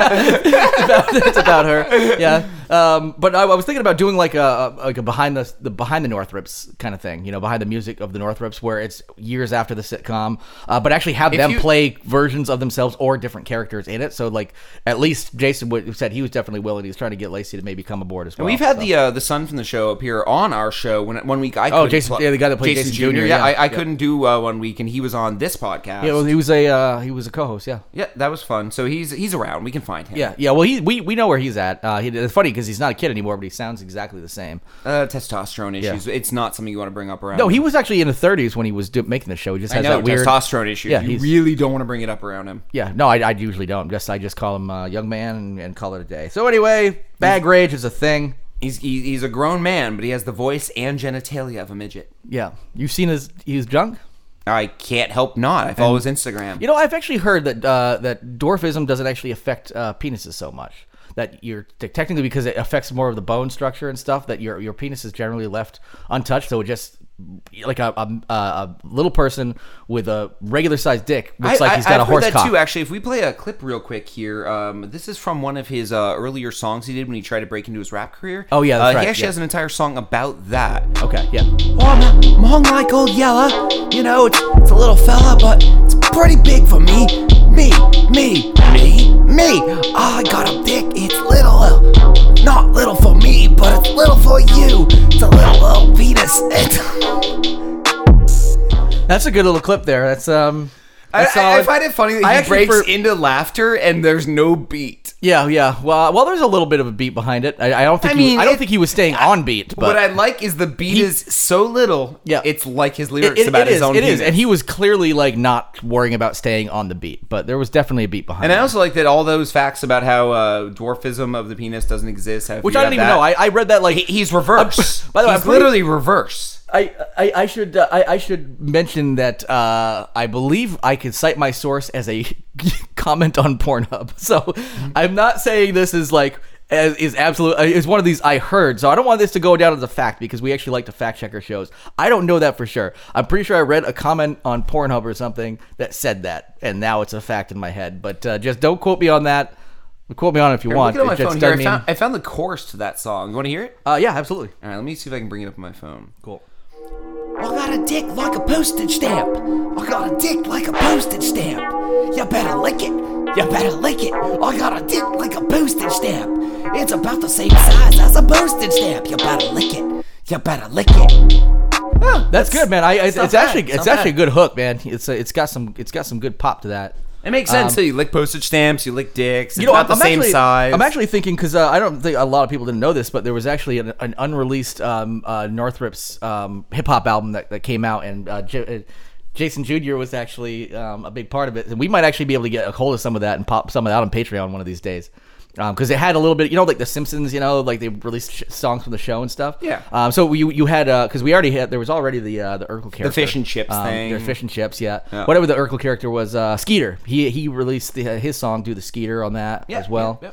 [SPEAKER 3] it's about her. Yeah. Um, but I, I was thinking about doing like a like a behind the the behind the Northrips kind of thing, you know, behind the music of the Northrips, where it's years after the sitcom, uh, but actually have them
[SPEAKER 2] you-
[SPEAKER 3] play versions of themselves or different characters in it. So like at least Jason would, said he was definitely willing. He's trying to get Lacey to maybe come aboard as well.
[SPEAKER 2] We've had
[SPEAKER 3] so.
[SPEAKER 2] the uh, the son from the show up here on our show when one week I
[SPEAKER 3] Oh,
[SPEAKER 2] couldn't
[SPEAKER 3] Jason-
[SPEAKER 2] pl-
[SPEAKER 3] yeah, the guy that played Jason Jr.,
[SPEAKER 2] yeah,
[SPEAKER 3] yeah.
[SPEAKER 2] I, I
[SPEAKER 3] Yeah.
[SPEAKER 2] couldn't do uh, one week and he was on this podcast
[SPEAKER 3] yeah, well, he was a uh, he was a co-host. Yeah.
[SPEAKER 2] Yeah, that was fun so he's he's around we can find him
[SPEAKER 3] Yeah, yeah. Well, he we, we know where he's at. Uh, he, it's funny because he's not a kid anymore, but he sounds exactly the same.
[SPEAKER 2] uh, testosterone issues it's not something you want to bring up around
[SPEAKER 3] No, he was actually in the 30s when he was do- making the show. He just
[SPEAKER 2] I
[SPEAKER 3] has
[SPEAKER 2] know
[SPEAKER 3] that weird
[SPEAKER 2] testosterone issues
[SPEAKER 3] Yeah,
[SPEAKER 2] you
[SPEAKER 3] he's-
[SPEAKER 2] really don't want to bring it up around him
[SPEAKER 3] Yeah, no, I, I usually don't. Just I just call him uh, young man and, and call it a day. So anyway, bag rage is a thing.
[SPEAKER 2] he's he, he's a grown man but he has the voice and genitalia of a midget
[SPEAKER 3] Yeah, you've seen his his junk.
[SPEAKER 2] I can't help not I follow his Instagram
[SPEAKER 3] You know, I've actually heard that uh, that dwarfism doesn't actually affect uh, penises so much. That you're te- technically because it affects more of the bone structure and stuff. That your your penis is generally left untouched, so it just like a a, a little person with a regular sized dick looks like he's got a
[SPEAKER 2] have
[SPEAKER 3] horse
[SPEAKER 2] heard that
[SPEAKER 3] cock.
[SPEAKER 2] too. Actually, if we play a clip real quick here, um, this is from one of his uh, earlier songs he did when he tried to break into his rap career.
[SPEAKER 3] Oh, yeah, that's
[SPEAKER 2] uh,
[SPEAKER 3] right,
[SPEAKER 2] he actually
[SPEAKER 3] yeah.
[SPEAKER 2] has an entire song about that.
[SPEAKER 3] okay, yeah.
[SPEAKER 2] Oh, I'm, i like old Yeller. You know, it's, it's a little fella, but it's pretty big for me. Me, me, me, me. Ah, I got a dick, it's little. uh, Not little for me, but it's little for you. It's a little old penis. It's,
[SPEAKER 3] That's a good little clip there. That's um.
[SPEAKER 2] I,
[SPEAKER 3] that's solid.
[SPEAKER 2] find it funny that
[SPEAKER 3] I
[SPEAKER 2] he
[SPEAKER 3] actually
[SPEAKER 2] breaks
[SPEAKER 3] for-
[SPEAKER 2] into laughter and there's no beat.
[SPEAKER 3] Yeah, yeah. Well, well, there's a little bit of a beat behind it. I, I don't think.
[SPEAKER 2] I
[SPEAKER 3] he,
[SPEAKER 2] mean,
[SPEAKER 3] I don't
[SPEAKER 2] it-
[SPEAKER 3] think he was staying on beat, but
[SPEAKER 2] what I like is the beat
[SPEAKER 3] He-
[SPEAKER 2] is so little,
[SPEAKER 3] Yeah.
[SPEAKER 2] it's like his
[SPEAKER 3] it,
[SPEAKER 2] lyrics
[SPEAKER 3] it,
[SPEAKER 2] about
[SPEAKER 3] it
[SPEAKER 2] his
[SPEAKER 3] is.
[SPEAKER 2] own
[SPEAKER 3] It
[SPEAKER 2] penis.
[SPEAKER 3] is, and he was clearly like not worrying about staying on the beat, but there was definitely a beat behind.
[SPEAKER 2] And I
[SPEAKER 3] it.
[SPEAKER 2] also like that all those facts about how uh, dwarfism of the penis doesn't exist. how if
[SPEAKER 3] which
[SPEAKER 2] you
[SPEAKER 3] I didn't
[SPEAKER 2] have
[SPEAKER 3] even
[SPEAKER 2] that-
[SPEAKER 3] know. I, I read that like
[SPEAKER 2] He- he's reverse.
[SPEAKER 3] by the way,
[SPEAKER 2] he's
[SPEAKER 3] I'm pretty-
[SPEAKER 2] literally reverse.
[SPEAKER 3] I, I, I should uh, I, I should mention that uh, I believe I could cite my
[SPEAKER 2] Mm-hmm.
[SPEAKER 3] source as a comment on Pornhub. So I'm not saying this is like is, is absolute. uh, Is one of these I heard. So I don't want this to go down as a fact because we actually like to fact check our shows. I don't know that for sure. I'm pretty sure I read a comment on Pornhub or something that said that, and now it's a fact in my head. But uh, just don't quote me on that. Quote me on it if you want.
[SPEAKER 2] Look at my
[SPEAKER 3] It just
[SPEAKER 2] phone here. I
[SPEAKER 3] doesn't
[SPEAKER 2] found,
[SPEAKER 3] mean-
[SPEAKER 2] I found the chorus to that song. You want to hear it?
[SPEAKER 3] uh, yeah, absolutely.
[SPEAKER 2] All right, let me see if I can bring it up on my phone.
[SPEAKER 3] Cool.
[SPEAKER 2] I got a dick like a postage stamp. I got a dick like a postage stamp. You better lick it. You better lick it. I got a dick like a postage stamp. It's about the same size as a postage stamp. You better lick it. You better lick it. Oh,
[SPEAKER 3] That's, good, man. I, it's
[SPEAKER 2] not
[SPEAKER 3] it's
[SPEAKER 2] bad.
[SPEAKER 3] actually
[SPEAKER 2] It's
[SPEAKER 3] it's,
[SPEAKER 2] not
[SPEAKER 3] actually a
[SPEAKER 2] bad.
[SPEAKER 3] good hook, man. It's a, it's got some it's got some good pop to that.
[SPEAKER 2] It makes sense that you lick postage stamps, you lick dicks. It's
[SPEAKER 3] Um, You know,
[SPEAKER 2] about
[SPEAKER 3] I'm,
[SPEAKER 2] the same
[SPEAKER 3] actually,
[SPEAKER 2] size.
[SPEAKER 3] I'm actually thinking because uh, I don't think a lot of people didn't know this, but there was actually an, an unreleased um, uh, Northrop's um, hip hop album that, that came out, and uh, J- uh, Jason Jr. was actually um, a big part of it. And we might actually be able to get a hold of some of that and pop some of that on Patreon one of these days. Because it had a little bit, you know, like The Simpsons, you know, like they released sh- songs from the show and stuff.
[SPEAKER 2] Yeah.
[SPEAKER 3] Um, so you you had because we already had there was already the uh, the Urkel character,
[SPEAKER 2] fish and chips
[SPEAKER 3] um,
[SPEAKER 2] thing.
[SPEAKER 3] their fish and chips, yeah.
[SPEAKER 2] Yeah.
[SPEAKER 3] Whatever the Urkel character was, uh, Skeeter. He he released the, his song "Do the Skeeter" on that
[SPEAKER 2] Yeah,
[SPEAKER 3] as well.
[SPEAKER 2] yeah,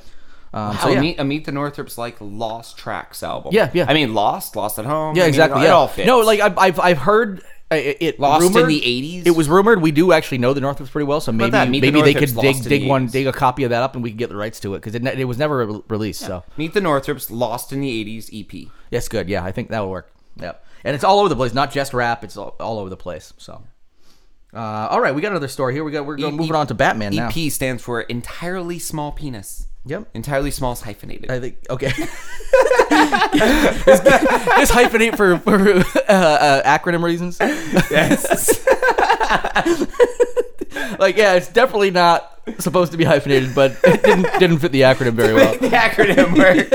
[SPEAKER 2] yeah.
[SPEAKER 3] Um,
[SPEAKER 2] Wow,
[SPEAKER 3] so yeah.
[SPEAKER 2] meet, a meet the Northrops like Lost Tracks album.
[SPEAKER 3] Yeah, yeah.
[SPEAKER 2] I mean, Lost, Lost at Home. I
[SPEAKER 3] yeah,
[SPEAKER 2] mean,
[SPEAKER 3] exactly.
[SPEAKER 2] It,
[SPEAKER 3] yeah.
[SPEAKER 2] all fits.
[SPEAKER 3] No, like I've I've, I've heard uh, it, it
[SPEAKER 2] Lost in
[SPEAKER 3] rumored,
[SPEAKER 2] the 80s?
[SPEAKER 3] It was rumored. We do actually know the Northrips pretty well, so maybe
[SPEAKER 2] that? Meet the
[SPEAKER 3] maybe they
[SPEAKER 2] Northrips,
[SPEAKER 3] could
[SPEAKER 2] Lost in
[SPEAKER 3] dig
[SPEAKER 2] the
[SPEAKER 3] dig one
[SPEAKER 2] 80s.
[SPEAKER 3] dig a copy of that up, and we could get the rights to it because it, ne- it was never re- released. So
[SPEAKER 2] meet the Northrops Lost in the E '80s EP.
[SPEAKER 3] that's good. Yeah, I think that would work. Yep. And it's all over the place, not just rap. It's all, all over the place. So. Uh, all right, we got another story here. We got we're going,
[SPEAKER 2] E-
[SPEAKER 3] moving on to Batman now.
[SPEAKER 2] EP stands for entirely small penis.
[SPEAKER 3] Yep. Uh,
[SPEAKER 2] Entirely small is hyphenated.
[SPEAKER 3] I think okay. Just hyphenate for, for uh, uh, acronym reasons.
[SPEAKER 2] yes.
[SPEAKER 3] Like, yeah, it's definitely not supposed to be hyphenated, but it didn't, didn't fit the acronym very well.
[SPEAKER 2] the acronym work.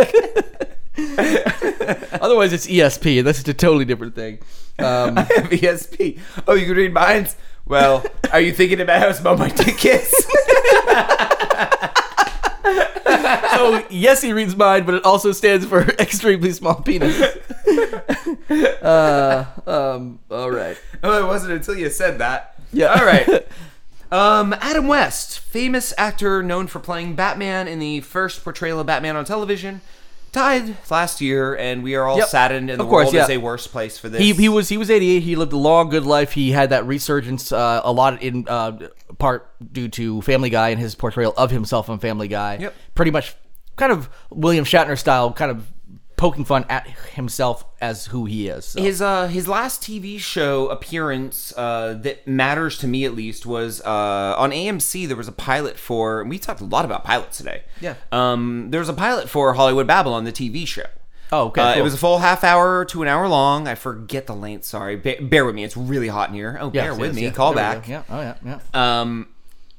[SPEAKER 3] Otherwise, it's ESP, and that's a totally different thing. Um,
[SPEAKER 2] VSP. Oh, you can read minds? Well, are you thinking about how small my dick is?
[SPEAKER 3] so, yes, he reads mine, but it also stands for extremely small penis. Uh, um, all right.
[SPEAKER 2] oh, it wasn't until you said that.
[SPEAKER 3] Yeah.
[SPEAKER 2] All right. Um, Adam West, famous actor known for playing Batman in the first portrayal of Batman on television, died last year, and we are all
[SPEAKER 3] Yep.
[SPEAKER 2] saddened. And
[SPEAKER 3] Of
[SPEAKER 2] the
[SPEAKER 3] course,
[SPEAKER 2] world is
[SPEAKER 3] yeah.
[SPEAKER 2] a worse place for this.
[SPEAKER 3] He, he was he was 88. He lived a long, good life. He had that resurgence uh, a lot in uh, part due to Family Guy and his portrayal of himself on Family Guy.
[SPEAKER 2] Yep.
[SPEAKER 3] Pretty much, kind of William Shatner style, kind of poking fun at himself as who he is. So.
[SPEAKER 2] His uh his last TV show appearance uh that matters to me at least was uh on AMC there was a pilot for and we talked a lot about pilots today.
[SPEAKER 3] Yeah.
[SPEAKER 2] Um there was a pilot for Hollywood Babylon the TV show.
[SPEAKER 3] Oh, okay,
[SPEAKER 2] Uh, It
[SPEAKER 3] cool.
[SPEAKER 2] was a full half hour to an hour long. I forget the length. Sorry. Ba- bear with me. It's really hot in here. Oh,
[SPEAKER 3] Yes,
[SPEAKER 2] bear with
[SPEAKER 3] yes,
[SPEAKER 2] me.
[SPEAKER 3] yeah.
[SPEAKER 2] Call
[SPEAKER 3] There we
[SPEAKER 2] back
[SPEAKER 3] go. Yeah. Oh yeah. Yeah.
[SPEAKER 2] um,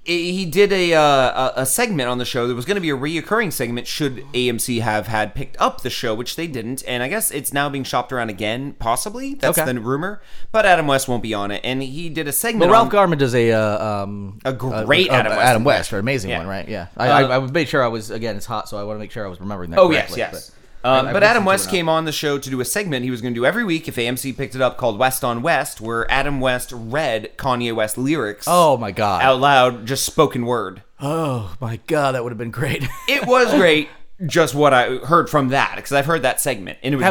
[SPEAKER 2] he he did a, uh, a a segment on the show that was going to be a reoccurring segment should AMC have had picked up the show, which they didn't, and I guess it's now being shopped around again. Possibly that's
[SPEAKER 3] Okay.
[SPEAKER 2] the rumor, but Adam West won't be on it, and he did a segment.
[SPEAKER 3] But Ralph
[SPEAKER 2] on-
[SPEAKER 3] Garman does a uh, um,
[SPEAKER 2] A um, great Adam West
[SPEAKER 3] Adam West,
[SPEAKER 2] impression.
[SPEAKER 3] an amazing
[SPEAKER 2] Yeah. Uh,
[SPEAKER 3] one, right? Yeah, I, I, I made sure I was again. It's hot, so I want to make sure I was remembering that.
[SPEAKER 2] Oh yes,
[SPEAKER 3] correctly,
[SPEAKER 2] yes.
[SPEAKER 3] but
[SPEAKER 2] But,
[SPEAKER 3] I-
[SPEAKER 2] um,
[SPEAKER 3] I
[SPEAKER 2] but Adam
[SPEAKER 3] listened
[SPEAKER 2] West
[SPEAKER 3] to it
[SPEAKER 2] came on the show to do a segment he was going to do every week if AMC picked it up called West on West, where Adam West read Kanye West lyrics
[SPEAKER 3] Oh my god.
[SPEAKER 2] out loud, just spoken word.
[SPEAKER 3] Oh my god, that would have been great.
[SPEAKER 2] It was great. Just what I heard from that because I've heard that segment and it was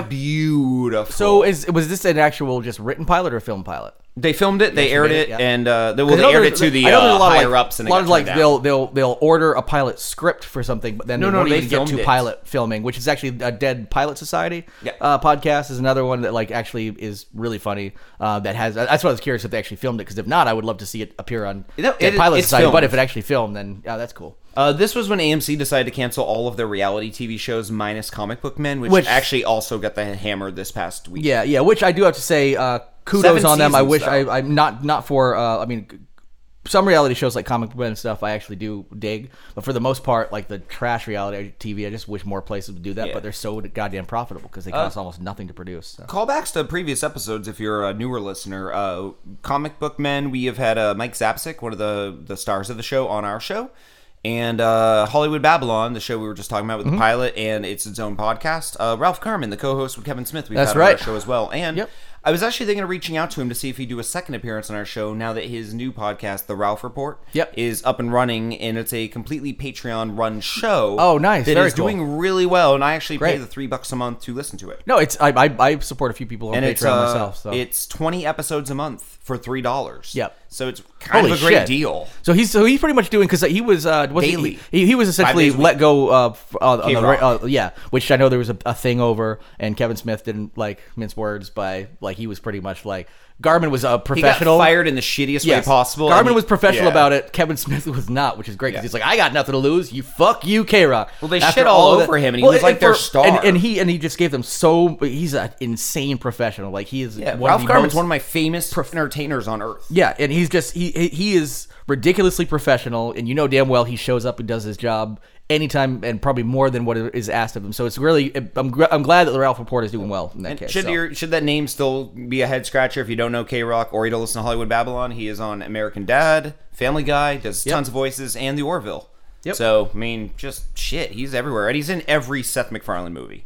[SPEAKER 2] beautiful.
[SPEAKER 3] So is was this an actual just written pilot or film pilot?
[SPEAKER 2] They filmed it. They aired
[SPEAKER 3] made
[SPEAKER 2] it,
[SPEAKER 3] it, yeah.
[SPEAKER 2] and uh, they, well, they
[SPEAKER 3] I know
[SPEAKER 2] aired it
[SPEAKER 3] there's-
[SPEAKER 2] to the
[SPEAKER 3] I know there's
[SPEAKER 2] uh, higher
[SPEAKER 3] of like,
[SPEAKER 2] ups. And
[SPEAKER 3] a
[SPEAKER 2] it
[SPEAKER 3] lot
[SPEAKER 2] got
[SPEAKER 3] of like
[SPEAKER 2] turned down.
[SPEAKER 3] they'll they'll they'll order a pilot script for something, but then
[SPEAKER 2] No,
[SPEAKER 3] they
[SPEAKER 2] no,
[SPEAKER 3] won't
[SPEAKER 2] they
[SPEAKER 3] even get
[SPEAKER 2] filmed
[SPEAKER 3] to
[SPEAKER 2] it.
[SPEAKER 3] pilot filming, which is actually a Dead Pilot Society
[SPEAKER 2] Yeah.
[SPEAKER 3] uh, podcast is another one that like actually is really funny. Uh, that has that's why I was curious if they actually filmed it because if not, I would love to see it appear on
[SPEAKER 2] You know,
[SPEAKER 3] Dead
[SPEAKER 2] it-
[SPEAKER 3] Pilot
[SPEAKER 2] it's
[SPEAKER 3] Society. But
[SPEAKER 2] filmed.
[SPEAKER 3] if it actually filmed, then yeah, that's cool.
[SPEAKER 2] Uh, this was when AMC decided to cancel all of their reality TV shows minus Comic Book Men, which,
[SPEAKER 3] Which-
[SPEAKER 2] actually also got the hammered this past week.
[SPEAKER 3] Yeah, yeah. Which I do have to say, uh, kudos
[SPEAKER 2] Seven
[SPEAKER 3] on them. I
[SPEAKER 2] seasons,
[SPEAKER 3] wish
[SPEAKER 2] though.
[SPEAKER 3] I, I'm not not for. Uh, I mean, g- some reality shows like comic book and stuff, I actually do dig. But for the most part, like the trash reality TV, I just wish more places would do that.
[SPEAKER 2] Yeah. Uh,
[SPEAKER 3] But they're so goddamn profitable because they cost almost nothing to produce. so.
[SPEAKER 2] Callbacks to previous episodes, if you're a newer listener, uh, Comic Book Men, we have had uh, Mike Zapsik, one of the, the stars of the show, on our show, and uh, Hollywood Babylon, the show we were just talking about
[SPEAKER 3] Mm-hmm.
[SPEAKER 2] with the pilot, and it's its own podcast. Uh, Ralph Carmen, the co host with Kevin Smith, we've
[SPEAKER 3] That's
[SPEAKER 2] had on
[SPEAKER 3] right.
[SPEAKER 2] our show as well. And
[SPEAKER 3] Yep.
[SPEAKER 2] I was actually thinking of reaching out to him to see if he'd do a second appearance on our show now that his new podcast, The Ralph Report,
[SPEAKER 3] Yep.
[SPEAKER 2] is up and running, and it's a completely Patreon run show.
[SPEAKER 3] Oh, nice.
[SPEAKER 2] that is
[SPEAKER 3] Very cool.
[SPEAKER 2] doing really well, and I actually pay
[SPEAKER 3] Great.
[SPEAKER 2] the three bucks a month to listen to it.
[SPEAKER 3] No, it's I, I, I support a few people on
[SPEAKER 2] and
[SPEAKER 3] Patreon
[SPEAKER 2] it's uh,
[SPEAKER 3] myself. So
[SPEAKER 2] it's twenty episodes a month for three dollars.
[SPEAKER 3] Yep.
[SPEAKER 2] So it's kind
[SPEAKER 3] Holy
[SPEAKER 2] of a great
[SPEAKER 3] shit.
[SPEAKER 2] deal.
[SPEAKER 3] So he's so he's pretty much doing because he was uh, was
[SPEAKER 2] Daily.
[SPEAKER 3] He, he, he was essentially
[SPEAKER 2] days a week.
[SPEAKER 3] let go uh, f- uh, on the, ra-
[SPEAKER 2] Rock.
[SPEAKER 3] uh, yeah, which I know there was a, a thing over, and Kevin Smith didn't like mince words by like he was pretty much like Garmin was a
[SPEAKER 2] He got
[SPEAKER 3] professional.
[SPEAKER 2] fired in the shittiest
[SPEAKER 3] Yes.
[SPEAKER 2] way possible. and
[SPEAKER 3] Garmin
[SPEAKER 2] he-
[SPEAKER 3] was professional
[SPEAKER 2] Yeah.
[SPEAKER 3] about it. Kevin Smith was not, which is great
[SPEAKER 2] Yeah.
[SPEAKER 3] because he's like, I got nothing to lose. You fuck you, K Rock.
[SPEAKER 2] Well, they shit all over him, and he was like their star.
[SPEAKER 3] And, and he and he just gave them so. He's an insane professional. Like he is.
[SPEAKER 2] Yeah,
[SPEAKER 3] one
[SPEAKER 2] Ralph
[SPEAKER 3] of the
[SPEAKER 2] Garman's
[SPEAKER 3] most-
[SPEAKER 2] one of my famous entertainers on earth.
[SPEAKER 3] yeah, and he's just he he- he is ridiculously professional, and you know damn well he shows up and does his job anytime, and probably more than what is asked of him. So it's really I'm gr- I'm glad that the Ralph Report is doing well in that
[SPEAKER 2] And
[SPEAKER 3] case.
[SPEAKER 2] should
[SPEAKER 3] so.
[SPEAKER 2] your should that name still be a head scratcher if you don't know K Rock or you don't listen to Hollywood Babylon? He is on American Dad, Family Guy, does tons of voices, and The Orville.
[SPEAKER 3] Yep.
[SPEAKER 2] So I mean, just shit, he's everywhere, and he's in every Seth MacFarlane movie.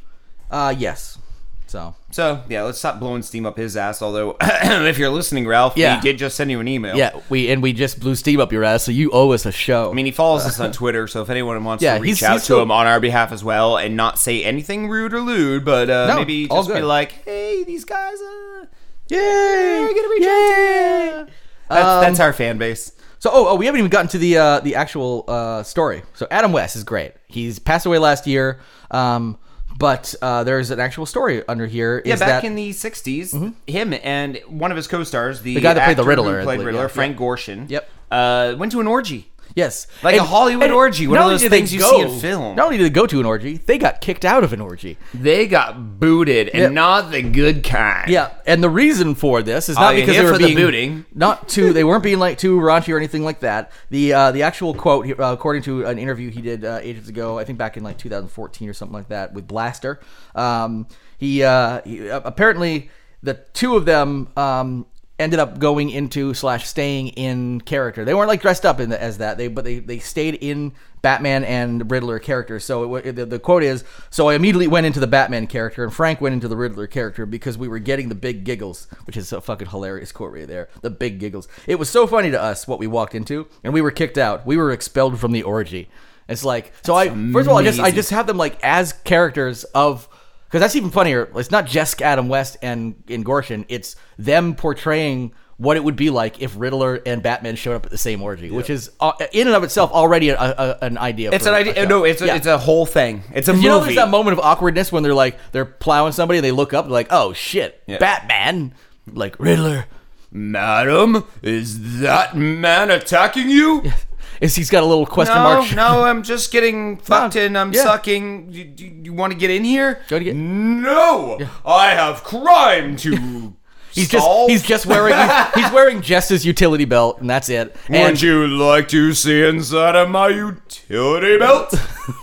[SPEAKER 3] uh yes, so
[SPEAKER 2] So yeah, let's stop blowing steam up his ass. Although, if you're listening, Ralph,
[SPEAKER 3] Yeah.
[SPEAKER 2] we did just send you an email.
[SPEAKER 3] yeah we and we just blew Steve up your ass, so you owe us a show.
[SPEAKER 2] Oh. I mean, he follows us on Twitter, so if anyone wants
[SPEAKER 3] Yeah,
[SPEAKER 2] to reach
[SPEAKER 3] he's-
[SPEAKER 2] out
[SPEAKER 3] he's
[SPEAKER 2] to
[SPEAKER 3] still-
[SPEAKER 2] him on our behalf as well and not say anything rude or lewd, but uh,
[SPEAKER 3] No,
[SPEAKER 2] maybe
[SPEAKER 3] all
[SPEAKER 2] just be
[SPEAKER 3] good.
[SPEAKER 2] like, hey, these guys, uh,
[SPEAKER 3] yay!
[SPEAKER 2] they're gonna reach out to you." That's,
[SPEAKER 3] Um,
[SPEAKER 2] that's our fan base.
[SPEAKER 3] So, oh, oh, we haven't even gotten to the uh, the actual uh, story. So, Adam West is great. He's passed away last year, um, but uh, there is an actual story under here.
[SPEAKER 2] Yeah,
[SPEAKER 3] is
[SPEAKER 2] back
[SPEAKER 3] that-
[SPEAKER 2] in the '60s, him and one of his co-stars, the,
[SPEAKER 3] guy that played the
[SPEAKER 2] actor who
[SPEAKER 3] Riddler, I
[SPEAKER 2] played
[SPEAKER 3] believe,
[SPEAKER 2] Riddler,
[SPEAKER 3] yeah.
[SPEAKER 2] Frank Gorshin,
[SPEAKER 3] Yep.
[SPEAKER 2] uh, went to an orgy.
[SPEAKER 3] yes,
[SPEAKER 2] Like a Hollywood orgy, one
[SPEAKER 3] not
[SPEAKER 2] of
[SPEAKER 3] only
[SPEAKER 2] those
[SPEAKER 3] did they
[SPEAKER 2] things you see in film.
[SPEAKER 3] Not only did they go to an orgy, they got kicked out of an orgy.
[SPEAKER 2] They got booted, and
[SPEAKER 3] Yep.
[SPEAKER 2] not the good kind.
[SPEAKER 3] Yeah, and the reason for this is not
[SPEAKER 2] Are you Oh,
[SPEAKER 3] because
[SPEAKER 2] here
[SPEAKER 3] they were
[SPEAKER 2] for the
[SPEAKER 3] being
[SPEAKER 2] booting?
[SPEAKER 3] not too. They weren't being like too raunchy or anything like that. The uh, the actual quote, he- uh, according to an interview he did uh, ages ago, I think back in like 2014 or something like that, with Blaster. Um, he, uh, he uh, apparently the two of them. Um, ended up going into slash staying in character they weren't like dressed up in the, as that they but they they stayed in batman and riddler characters so it, wa- the, the quote is so i immediately went into the batman character and frank went into the riddler character because we were getting the big giggles which is a fucking hilarious quote right there the big giggles it was so funny to us what we walked into and we were kicked out we were expelled from the orgy it's like so i first of all i just i
[SPEAKER 2] amazing.
[SPEAKER 3] just have them like as characters of because that's even funnier. It's not just Adam West and and Gorshin. It's them portraying what it would be like if Riddler and Batman showed up at the same orgy, which is uh, in and of itself already a, a, an idea.
[SPEAKER 2] it's
[SPEAKER 3] for
[SPEAKER 2] an
[SPEAKER 3] a
[SPEAKER 2] idea.
[SPEAKER 3] show.
[SPEAKER 2] No, it's a,
[SPEAKER 3] Yeah.
[SPEAKER 2] it's a whole thing. It's a
[SPEAKER 3] You
[SPEAKER 2] movie.
[SPEAKER 3] know, there's that moment of awkwardness when they're like they're plowing somebody, they look up, they're like, "Oh shit,
[SPEAKER 2] Yeah.
[SPEAKER 3] Batman!" Like Riddler,
[SPEAKER 2] Madam, is that man attacking you?
[SPEAKER 3] is he's got a little question
[SPEAKER 2] No,
[SPEAKER 3] mark?
[SPEAKER 2] no, I'm just getting fucked
[SPEAKER 3] No,
[SPEAKER 2] in. I'm
[SPEAKER 3] yeah.
[SPEAKER 2] sucking. You, you, want to get in here?
[SPEAKER 3] wanna get-
[SPEAKER 2] No, I have crime to.
[SPEAKER 3] He's just
[SPEAKER 2] solve.
[SPEAKER 3] he's just wearing he's wearing just his utility belt, and that's it. And-
[SPEAKER 2] Would you like to see inside of my utility belt?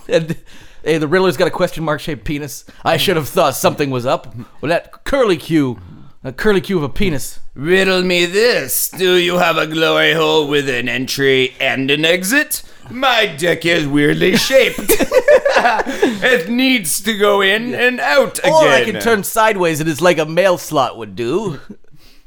[SPEAKER 3] and hey, the Riddler's got a question mark shaped penis. I should have thought something was up with that curly Q, a curly Q of a penis.
[SPEAKER 2] Riddle me this. Do you have a glory hole with an entry and an exit? My dick is weirdly shaped. it needs to go in and out again.
[SPEAKER 3] Or I can turn sideways, and it's like a mail slot would do.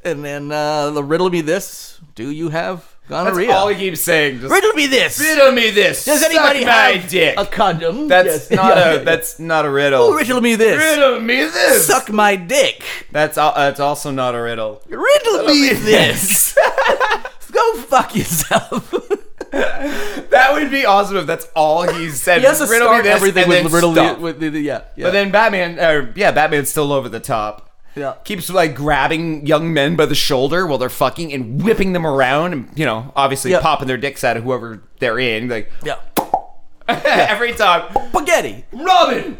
[SPEAKER 3] And then uh, the riddle me this: Do you have
[SPEAKER 2] That's
[SPEAKER 3] gonorrhea?
[SPEAKER 2] all he keeps saying. Just,
[SPEAKER 3] riddle me this.
[SPEAKER 2] riddle me this.
[SPEAKER 3] Does anybody
[SPEAKER 2] Suck my
[SPEAKER 3] have
[SPEAKER 2] dick?
[SPEAKER 3] a condom?
[SPEAKER 2] That's
[SPEAKER 3] Yes.
[SPEAKER 2] not
[SPEAKER 3] Yeah.
[SPEAKER 2] a that's not a riddle.
[SPEAKER 3] Oh, riddle me this.
[SPEAKER 2] Riddle me this.
[SPEAKER 3] Suck my dick.
[SPEAKER 2] That's al- that's also not a riddle.
[SPEAKER 3] Riddle me
[SPEAKER 2] Riddle me
[SPEAKER 3] this. Go fuck yourself.
[SPEAKER 2] That would be awesome if that's all he said.
[SPEAKER 3] he has to
[SPEAKER 2] riddle
[SPEAKER 3] start
[SPEAKER 2] me this
[SPEAKER 3] everything
[SPEAKER 2] and
[SPEAKER 3] with
[SPEAKER 2] then
[SPEAKER 3] riddle
[SPEAKER 2] stop.
[SPEAKER 3] me. With, the- the- yeah, yeah.
[SPEAKER 2] But then Batman, uh, yeah, Batman's still over the top.
[SPEAKER 3] Yeah.
[SPEAKER 2] Keeps like grabbing young men by the shoulder while they're fucking and whipping them around, and you know, obviously
[SPEAKER 3] Yeah.
[SPEAKER 2] popping their dicks out of whoever they're in, like
[SPEAKER 3] yeah.
[SPEAKER 2] every time.
[SPEAKER 3] spaghetti.
[SPEAKER 2] Robin,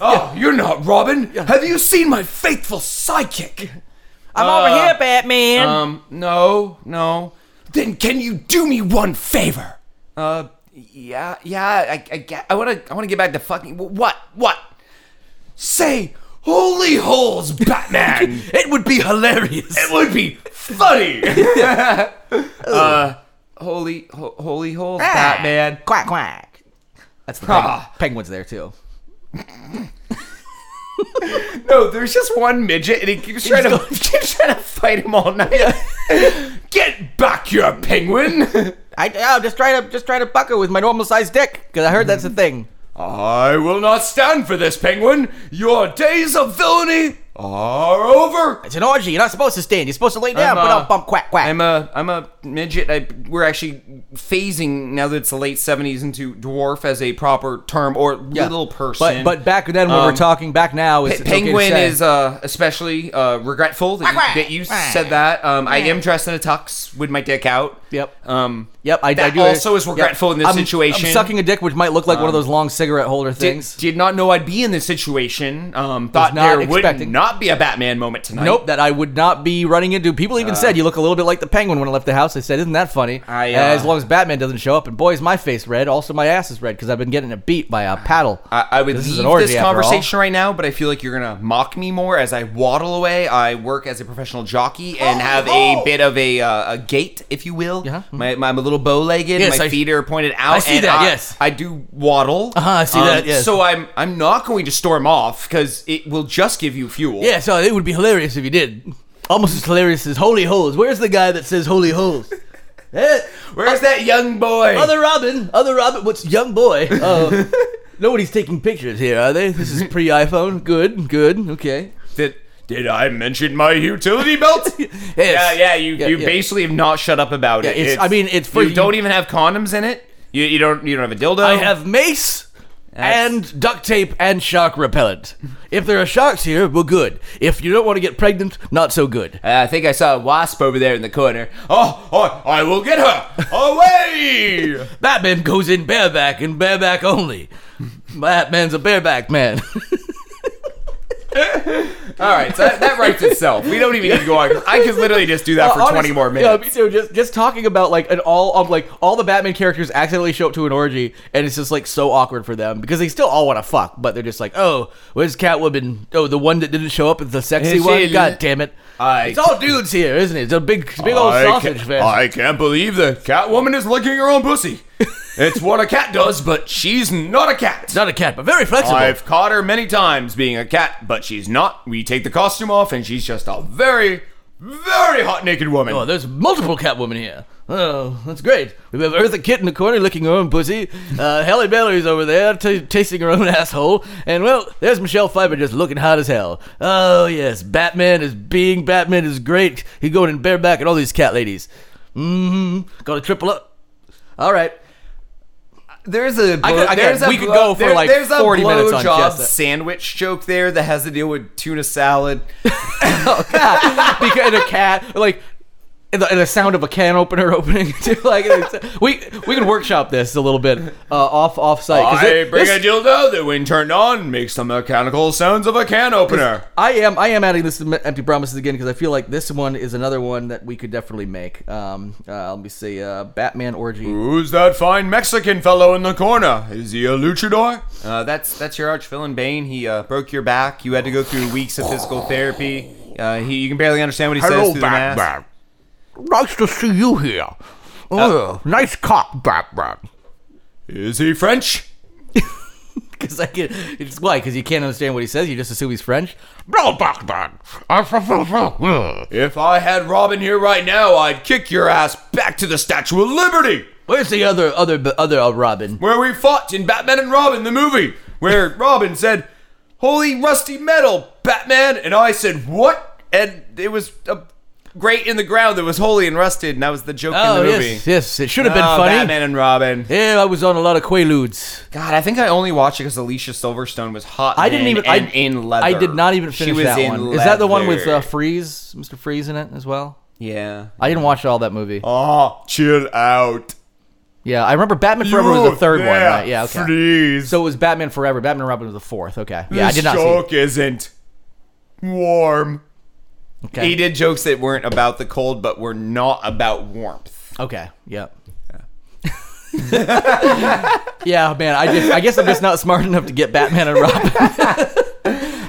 [SPEAKER 2] oh, you're not Robin. Have you seen my faithful psychic?
[SPEAKER 3] I'm
[SPEAKER 2] Uh,
[SPEAKER 3] over here, Batman.
[SPEAKER 2] Um, no, no. Then can you do me one favor? Uh, yeah, yeah. I, I, ge- I wanna, I wanna get back to fucking wh- what, what? Say holy holes, Batman.
[SPEAKER 3] it would be hilarious.
[SPEAKER 2] it would be funny. uh, holy, ho- holy holes, Batman.
[SPEAKER 3] Quack quack. That's the
[SPEAKER 2] Ah.
[SPEAKER 3] peng- penguins there too.
[SPEAKER 2] No, there's just one midget, and he keeps trying to keeps trying to fight him all night. Get back, you penguin!
[SPEAKER 3] I, I'm just trying to just trying to buck her with my normal sized dick because I heard that's a thing.
[SPEAKER 2] I will not stand for this, penguin. Your days of villainy are over.
[SPEAKER 3] It's an orgy. You're not supposed to stand. You're supposed to lay down,
[SPEAKER 2] I'm,
[SPEAKER 3] put
[SPEAKER 2] uh,
[SPEAKER 3] out bump quack quack.
[SPEAKER 2] I'm a I'm a midget. I, we're actually phasing now that it's the late '70s into dwarf as a proper term or
[SPEAKER 3] Yeah.
[SPEAKER 2] little person.
[SPEAKER 3] But but back then when we we're
[SPEAKER 2] Um,
[SPEAKER 3] talking back now,
[SPEAKER 2] Pe-
[SPEAKER 3] is
[SPEAKER 2] Penguin is uh, especially uh, regretful that you, that you said that. Um, I am dressed in a tux with my dick out.
[SPEAKER 3] Yep.
[SPEAKER 2] Um,
[SPEAKER 3] Yep, I,
[SPEAKER 2] that
[SPEAKER 3] I do.
[SPEAKER 2] also is
[SPEAKER 3] yep.
[SPEAKER 2] regretful in this
[SPEAKER 3] I'm-
[SPEAKER 2] situation. Um,
[SPEAKER 3] I'm sucking a dick, which might look like one of those long cigarette holder
[SPEAKER 2] did,
[SPEAKER 3] things.
[SPEAKER 2] did not know I'd be in this situation. Um, thought
[SPEAKER 3] not
[SPEAKER 2] there would
[SPEAKER 3] expecting.
[SPEAKER 2] not be a Batman moment tonight.
[SPEAKER 3] Nope, that I would not be running into. People even said you look a little bit like the penguin when I left the house. I said, "Isn't that funny?"
[SPEAKER 2] Uh. I, uh,
[SPEAKER 3] as long as Batman doesn't show up, and boy, is my face red. Also, my ass is red because I've been getting a beat by a paddle.
[SPEAKER 2] I, I would
[SPEAKER 3] This is
[SPEAKER 2] leave
[SPEAKER 3] an orgy
[SPEAKER 2] this
[SPEAKER 3] after all.
[SPEAKER 2] conversation right now, but I feel like you're gonna mock me more as I waddle away. I work as a professional jockey and have a bit of a uh, a gait, if you will.
[SPEAKER 3] Oh, Yeah.
[SPEAKER 2] My, my, I'm a little bow-legged.
[SPEAKER 3] Yes,
[SPEAKER 2] my
[SPEAKER 3] I-
[SPEAKER 2] feet are pointed out.
[SPEAKER 3] I see
[SPEAKER 2] and
[SPEAKER 3] that,
[SPEAKER 2] I,
[SPEAKER 3] yes.
[SPEAKER 2] I do waddle. Um,
[SPEAKER 3] Uh-huh, I see that, yes.
[SPEAKER 2] So I'm I'm not going to storm off because it will just give you fuel.
[SPEAKER 3] yeah, so it would be hilarious if you did. Almost as hilarious as holy holes. Where's the guy that says holy holes? Eh,
[SPEAKER 2] Where's that young boy?
[SPEAKER 3] other Robin, other Robin. What's young boy? Oh, nobody's taking pictures here, are they? This is pre iPhone. Good, good, okay.
[SPEAKER 2] Did, did I mention my utility belt? Yeah, yeah. You you
[SPEAKER 3] yeah.
[SPEAKER 2] basically have not shut up about it.
[SPEAKER 3] it's- I mean, it's for-
[SPEAKER 2] you. Don't even have condoms in it. You, you don't you don't have a dildo.
[SPEAKER 3] I have mace and duct tape and shark repellent. If there are sharks here, we're good. If you don't want to get pregnant, not so good.
[SPEAKER 2] Uh, I think I saw a wasp over there in the corner. Oh, oh I will get her away.
[SPEAKER 3] Batman goes in bareback and bareback only. Batman's a bareback man.
[SPEAKER 2] All right, so that, that writes itself. We don't even need to go on. I could literally just do that for
[SPEAKER 3] Honest-
[SPEAKER 2] twenty more
[SPEAKER 3] Yeah,
[SPEAKER 2] minutes.
[SPEAKER 3] me too. Just, just talking about like an all of like all the Batman characters accidentally show up to an orgy, and it's just like so awkward for them because they still all want to fuck, but they're just like, oh, where's Catwoman? Oh, the one that didn't show up is the sexy
[SPEAKER 2] Is
[SPEAKER 3] one.
[SPEAKER 2] it-
[SPEAKER 3] God damn it!
[SPEAKER 2] I-
[SPEAKER 3] it's all dudes here, isn't it? It's a big, big old sausage fest.
[SPEAKER 2] I can't believe the Catwoman is licking her own pussy. It's what a cat does, but she's not a cat.
[SPEAKER 3] Not a cat, but very flexible.
[SPEAKER 2] I've caught her many times being a cat, but she's not. We take the costume off, and she's just a very, very hot naked woman.
[SPEAKER 3] Oh, there's multiple Catwoman here. Oh, that's great. We have Eartha Kitt in the corner licking her own pussy. Uh, Halle Berry's over there t- tasting her own asshole. And, well, there's Michelle Pfeiffer just looking hot as hell. Oh, yes, Batman is being Batman is great. He's going in bareback at all these cat ladies. hmm Gotta triple up. All right.
[SPEAKER 2] There's a
[SPEAKER 3] I could- I
[SPEAKER 2] there's
[SPEAKER 3] could-
[SPEAKER 2] a
[SPEAKER 3] we could
[SPEAKER 2] blow-
[SPEAKER 3] go for like
[SPEAKER 2] there's a
[SPEAKER 3] 40 minutes on
[SPEAKER 2] blowjob
[SPEAKER 3] just that.
[SPEAKER 2] sandwich joke there that has to deal with tuna salad.
[SPEAKER 3] Oh, because and a cat like and the, and the sound of a can opener opening too. Like it's- we we can workshop this a little bit uh, off off site. 'cause
[SPEAKER 2] I
[SPEAKER 3] it-
[SPEAKER 2] Oh, bring
[SPEAKER 3] this-
[SPEAKER 2] a dildo that, when turned on, makes the mechanical sounds of a can opener.
[SPEAKER 3] I am I am adding this to m- empty promises again because I feel like this one is another one that we could definitely make. Um, uh, let me see, uh, Batman orgy.
[SPEAKER 2] Who's that fine Mexican fellow in the corner? Is he a luchador? Uh, that's that's your arch villain, Bane. He uh, broke your back. You had to go through weeks of physical therapy. Uh, he, you can barely understand what he says through the mask. Uh,
[SPEAKER 4] Nice to see you here. Oh, nice cock, Batman.
[SPEAKER 2] Is he French?
[SPEAKER 3] Because I can, it's why because you can't understand what he says. You just assume he's French.
[SPEAKER 4] No, Batman. I Uh,
[SPEAKER 2] If I had Robin here right now, I'd kick your ass back to the Statue of Liberty,
[SPEAKER 3] Where's the other other other uh, Robin?
[SPEAKER 2] where we fought in Batman and Robin the movie, where Robin said, "Holy rusty metal, Batman," and I said, "What?" And it was a grate in the ground that was holy and rusted, and that was the joke
[SPEAKER 3] Oh
[SPEAKER 2] in the movie.
[SPEAKER 3] yes, yes, it should have been
[SPEAKER 2] Oh,
[SPEAKER 3] funny.
[SPEAKER 2] Batman and Robin.
[SPEAKER 3] Yeah, I was on a lot of Quaaludes.
[SPEAKER 2] God, I think I only watched it because Alicia Silverstone was hot.
[SPEAKER 3] I didn't
[SPEAKER 2] then
[SPEAKER 3] even.
[SPEAKER 2] And
[SPEAKER 3] I,
[SPEAKER 2] in leather.
[SPEAKER 3] I did not even
[SPEAKER 2] She
[SPEAKER 3] finish
[SPEAKER 2] was
[SPEAKER 3] that
[SPEAKER 2] in
[SPEAKER 3] one. Is that the one with uh,
[SPEAKER 2] leather.
[SPEAKER 3] Freeze, Mr. Freeze, in it as well?
[SPEAKER 2] yeah.
[SPEAKER 3] I didn't watch all that movie.
[SPEAKER 2] Oh, chill out.
[SPEAKER 3] Yeah, I remember Batman Forever was the third one,
[SPEAKER 2] there,
[SPEAKER 3] right? Yeah, okay.
[SPEAKER 2] Freeze.
[SPEAKER 3] So it was Batman Forever. Batman and Robin was the fourth. Okay. Yeah, I did not see.
[SPEAKER 2] joke isn't warm.
[SPEAKER 3] It. Okay.
[SPEAKER 2] He did jokes that weren't about the cold, but were not about warmth.
[SPEAKER 3] Okay. Yep. Yeah. man. I just. I guess I'm just not smart enough to get Batman and Robin.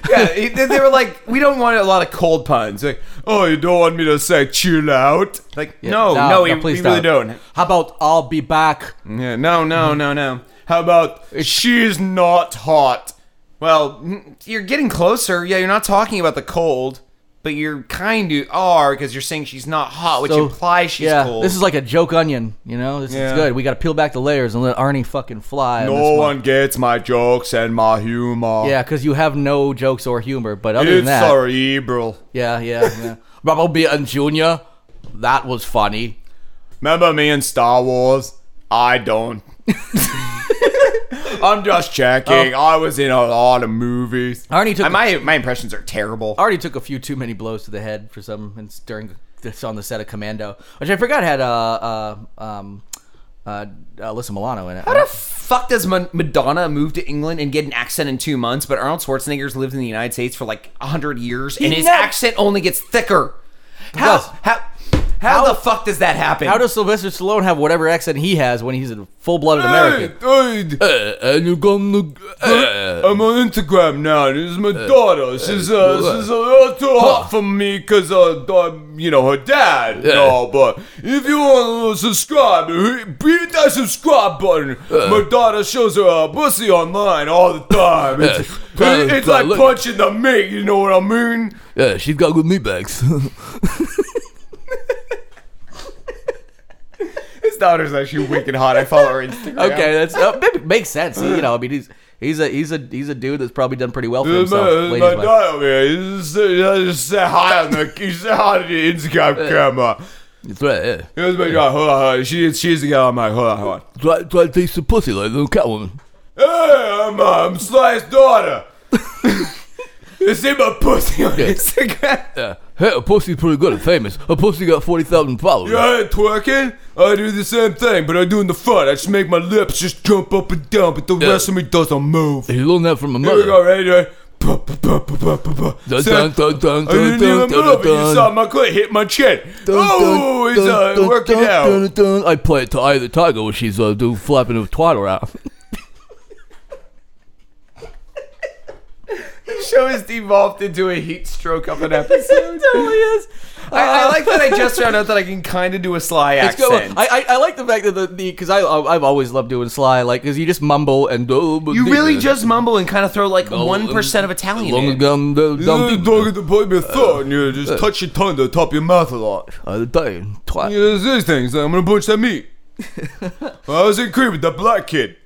[SPEAKER 2] yeah, he- they they were like, we don't want a lot of cold puns. Like, oh, you don't want me to say chill out? Like, no, no, we, we really
[SPEAKER 3] don't.
[SPEAKER 2] don't.
[SPEAKER 3] How about I'll be back?
[SPEAKER 2] Yeah, no, no, no, no. How about she's not hot? Well, mm, you're getting closer. Yeah, you're not talking about the cold, but you're kind of are because you're saying she's not hot, which
[SPEAKER 3] So,
[SPEAKER 2] implies she's
[SPEAKER 3] yeah,
[SPEAKER 2] cold.
[SPEAKER 3] This is like a joke onion, you know? This is
[SPEAKER 2] Yeah.
[SPEAKER 3] good. We got to peel back the layers and let Arnie fucking fly. on this one.
[SPEAKER 2] gets my jokes and my humor.
[SPEAKER 3] Yeah, because you have no jokes or humor. But other than that,
[SPEAKER 2] cerebral.
[SPEAKER 3] yeah, yeah, yeah. Robert Beaton Jr. That was funny.
[SPEAKER 2] Remember me in Star Wars? I don't. I'm just checking. I was in a lot of movies.
[SPEAKER 3] Arnie took-
[SPEAKER 2] And my my impressions are terrible.
[SPEAKER 3] Already took a few too many blows to the head for some and during this on the set of Commando, which I forgot had uh uh um uh, uh Alyssa Milano in it.
[SPEAKER 2] How the fuck does Ma- Madonna move to England and get an accent in two months, but Arnold Schwarzenegger's lived in the United States for like hundred years, and his
[SPEAKER 3] nev-
[SPEAKER 2] accent only gets thicker? How,
[SPEAKER 3] does.
[SPEAKER 2] how how the fuck does that happen?
[SPEAKER 3] How does Sylvester Stallone have whatever accent he has when he's a full-blooded American? Uh. and you're gonna
[SPEAKER 4] uh,
[SPEAKER 2] I'm on Instagram now. This is my daughter. She's uh, she's a little too hot for me because uh, I'm, you know, her dad. No, but if you want to subscribe, hit hit that subscribe button.
[SPEAKER 3] Uh.
[SPEAKER 2] My daughter shows her uh, pussy online all the time. It's, it- it's like punching the meat. You know what I mean?
[SPEAKER 4] Yeah, she's got good meat bags.
[SPEAKER 2] His daughter's actually wicked hot. I follow her Instagram.
[SPEAKER 3] Okay, that's uh, maybe makes sense. You know, I mean, he's he's a he's a he's a dude that's probably done pretty well for himself.
[SPEAKER 2] my, my
[SPEAKER 3] ladies' wise.
[SPEAKER 2] daughter, man, he's just hot on the, he's hot on the Instagram
[SPEAKER 3] Uh.
[SPEAKER 2] camera.
[SPEAKER 4] That's right, yeah.
[SPEAKER 2] Here's my daughter. Hold on, hold on. She, she's the guy on my. Hold on, hold on.
[SPEAKER 4] Try, try to taste the pussy like a little catwoman.
[SPEAKER 2] Hey, I'm, uh, I'm Sly's daughter. you see my pussy on Instagram?
[SPEAKER 4] Yeah. Hey, her pussy's pretty good and famous. Her pussy got 40,000 followers.
[SPEAKER 2] You ain't twerking? I do the same thing, but I do it in the front. I just make my lips just jump up and down, but the rest of me doesn't move.
[SPEAKER 4] He learned that from her
[SPEAKER 2] Here we go,
[SPEAKER 4] mother.
[SPEAKER 2] right here. Ba, ba, ba, ba, ba, ba, ba.
[SPEAKER 4] Dun,
[SPEAKER 2] Say- "Oh,
[SPEAKER 4] dun, dun, dun,
[SPEAKER 2] I didn't even
[SPEAKER 4] dun, dun,
[SPEAKER 2] move.
[SPEAKER 4] dun,
[SPEAKER 2] You
[SPEAKER 4] dun.
[SPEAKER 2] saw my clit hit my chin. Oh, he's uh, working out.
[SPEAKER 4] I play it to Eye of the Tiger when she's uh, do flapping her twaddle out.
[SPEAKER 2] show has devolved into a heat stroke of an episode.
[SPEAKER 3] Totally is. Uh,
[SPEAKER 2] I, I like that I just found out that I can kind of do a sly
[SPEAKER 3] It's good.
[SPEAKER 2] accent.
[SPEAKER 3] I, I I like the fact that the because I I've always loved doing Sly like because you just mumble and oh,
[SPEAKER 2] You really just mumble and kind of throw like one percent of Italian.
[SPEAKER 4] Long
[SPEAKER 2] in.
[SPEAKER 4] gum, dum,
[SPEAKER 2] You
[SPEAKER 4] dum,
[SPEAKER 2] don't get to put your thumb. You just
[SPEAKER 4] Uh,
[SPEAKER 2] touch your tongue to the top of your mouth a lot.
[SPEAKER 4] Eye of the Tiger, twat.
[SPEAKER 2] You know, there's these things. Like, I'm gonna punch that meat. I was in creep with that black kid.